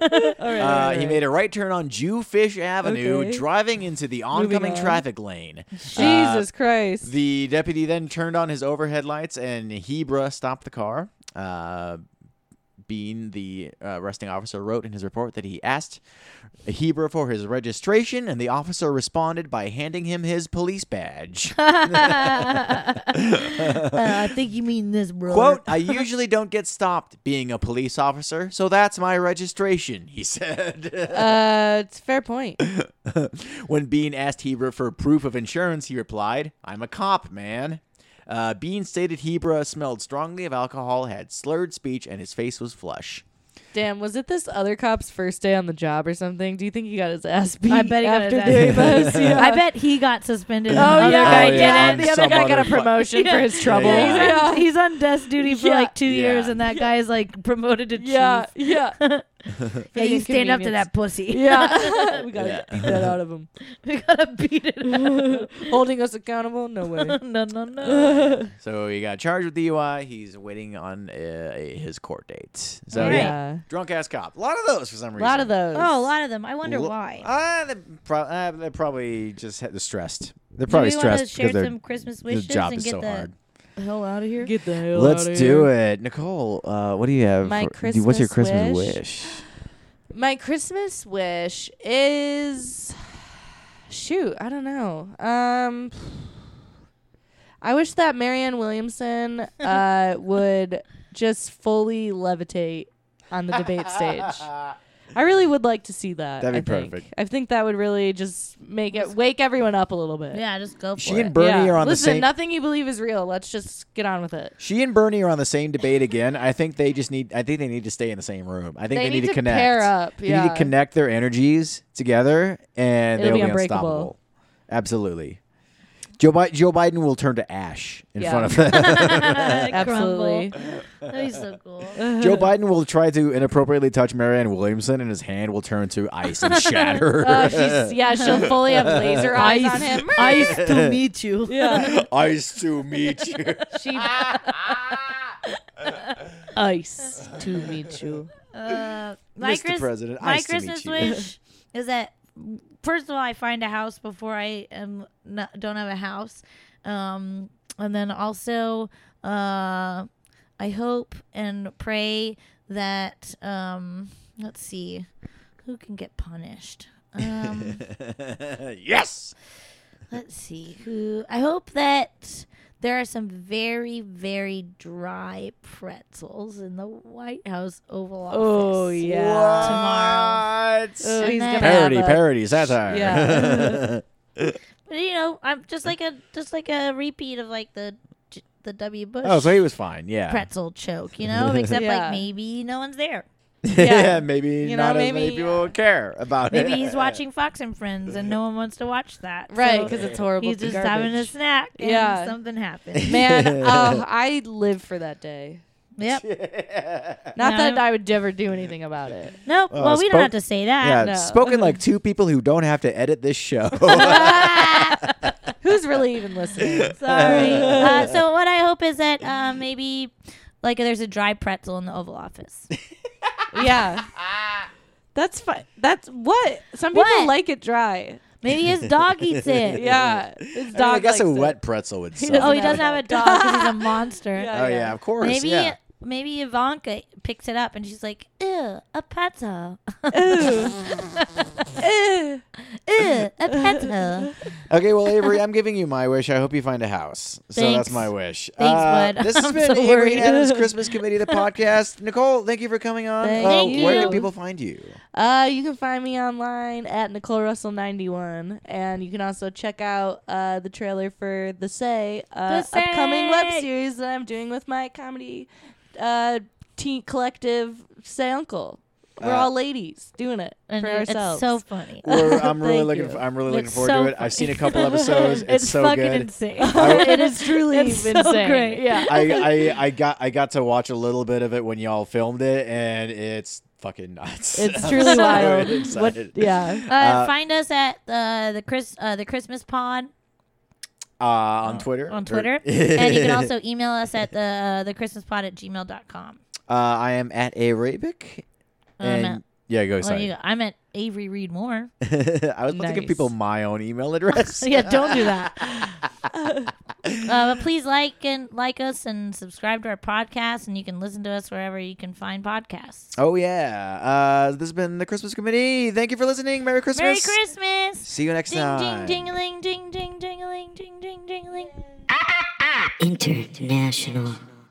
go.
uh, he made a right turn on Jewfish Avenue,
Okay.
driving into the oncoming
on.
traffic lane. uh,
Jesus Christ.
The deputy then turned on his overhead lights and Hebra stopped the car. Uh, Bean, the uh, arresting officer, wrote in his report that he asked Hebra for his registration, and the officer responded by handing him his police badge.
Uh, I think you mean this, bro.
Quote, I usually don't get stopped being a police officer, so that's my registration, he said.
uh, it's a fair point.
When Bean asked Hebra for proof of insurance, he replied, I'm a cop, man. Uh, Bean stated Hebra smelled strongly of alcohol, had slurred speech, and his face was flush.
Damn, was it this other cop's first day on the job or something? Do you think he got his ass beat?
I bet he got his
after
ass beat.
doing this? Yeah.
I bet he got suspended. and
Oh,
the other
yeah.
guy
Oh, yeah.
didn't.
The other
Some
guy got a
other fu-
promotion for Oh, his trouble.
Yeah,
He's,
Yeah.
on, he's on desk duty for
Yeah.
like two
Yeah.
years, and that guy's like promoted to chief.
Yeah,
Yeah,
yeah,
you stand up to
inconvenience.
that pussy.
yeah. we gotta
Yeah.
beat that out of him.
we gotta beat it. Out.
Holding us accountable? No way.
no, no, no.
So he got charged with DUI. He's waiting on uh, his court date. So
All right.
yeah, drunk ass cop. A lot of those for some
a
reason.
lot of those.
Oh, a lot of them. I wonder
Lo-
why.
Uh, they pro- uh, they're probably just had- they're stressed. They're
Do
probably
we want to
stressed
share
because their
some Christmas
the
wishes
job
and
is
get
so
the
hard.
hell out of here?
Get the hell
Let's
outta
do
here.
it, Nicole. Uh, what do you have?
My
for- do- what's your
Christmas
Christmas
wish?
wish?
My Christmas wish is shoot, I don't know. Um I wish that Marianne Williamson uh would just fully levitate on the debate stage. I really would like to see that.
That'd be
I think.
perfect.
I think that would really just make it wake everyone up a little bit.
Yeah, just go for
She
it.
and Bernie
Yeah.
are on
Listen,
the same.
nothing you believe is real. Let's just get on with it.
She and Bernie are on the same debate again. I think they just need. I think they need to stay in the same room. I think they,
They need to
connect.
pair up,
They need
yeah.
to connect their energies together, and
It'll
they'll
be
be
unbreakable.
unstoppable. Absolutely. Joe, Bi- Joe Biden will turn to ash in
Yeah.
front of them.
Absolutely.
That'd be so cool.
Joe Biden will try to inappropriately touch Marianne Williamson, and his hand will turn to ice and shatter.
Oh, she's, yeah, she'll fully have laser eyes on him.
Nice to meet you.
Yeah.
ice to meet you.
She ice to meet you.
Uh, my
Mr. President,
my
nice to meet
Christmas
you.
wish is that first of all, I find a house before I am not, don't have a house, um, and then also uh, I hope and pray that um, let's see. who can get punished? Um,
yes.
let's see who. I hope that there are some very, very dry pretzels in the White House Oval Office.
Oh yeah.
Tomorrow.
What?
Oh,
And then-
he's gonna have
Parody,
a-
parody, satire.
Mm-hmm.
Yeah.
But, you know, I'm just like a just like a repeat of like the J- the W Bush
oh, so he was fine. Yeah.
pretzel choke, you know, except
Yeah.
like maybe no one's there.
yeah. Maybe
You know,
not as many
maybe-
people care about it.
Maybe he's watching Fox and Friends and no one wants to watch that.
Right,
So
because it's horrible.
he's just having a snack and
Yeah.
something happened.
Man, oh, I live for that day.
yep.
Not
No.
that Oh, I would ever do anything about it.
Nope.
Uh,
well, we don't
spoke-
have to say that.
Yeah,
no.
spoken like two people who don't have to edit this show.
Who's really even listening?
Sorry. uh, so what I hope is that uh, maybe like there's a dry pretzel in the Oval Office.
yeah. That's fine. That's what some people
What?
like it dry.
Maybe his dog eats it.
Yeah, his
I, mean,
dog.
I guess a
likes it.
wet pretzel would suck.
Oh, he
Doesn't
doesn't
have
have a dog because he's a monster.
Yeah.
Oh, yeah, of course.
Maybe
yeah.
maybe Ivanka picks it up and she's like, "Ew, a pretzel.
Eh.
Ew, a pretzel."
Okay, well, Avery, I'm giving you my wish. I hope you find a house. So that's
Thanks.
my wish.
Thanks,
uh,
bud.
This has
I'm
been
so
Avery
worried.
and Adam's Christmas Committee, the podcast. Nicole, thank you for coming on.
Thank
uh, Where
you.
can people find you?
Uh, you can find me online at Nicole Russell ninety one, and you can also check out uh, the trailer for the Say, uh,
The Say!
upcoming web series that I'm doing with my comedy uh, teen collective Say Uncle. We're
Uh,
all ladies doing it
And
for
it's
ourselves.
so funny.
We're, I'm really
Thank
looking.
you.
For, I'm really looking
It's
forward
so
to it. I've seen a
funny.
couple episodes. It's, so
fucking
good.
insane.
I-
it is truly
It's so
insane.
great.
Yeah.
I, I I got I got to watch a little bit of it when y'all filmed it, and it's fucking nuts.
It's
I'm
truly
so
wild. What,
excited.
yeah.
Uh, find us at uh, the Chris uh, the Christmas Pod
Uh, on Twitter.
on
or-
Twitter, and you can also email us at the uh, the Christmas Pod at gmail.com.
Uh, I am at Arabic.
Oh, I'm
And
at-
yeah, go
Well, you
sorry.
go. I'm at Avery Read More.
I was about to give
Nice.
people my own email address.
yeah, don't do that. uh, but please like and like us and subscribe to our podcast, and you can listen to us wherever you can find podcasts.
Oh yeah. Uh, this has been the Christmas Committee. Thank you for listening. Merry Christmas.
Merry Christmas!
See you next
Ding
time.
ding ding ding ding ding ding ding ding ding.
International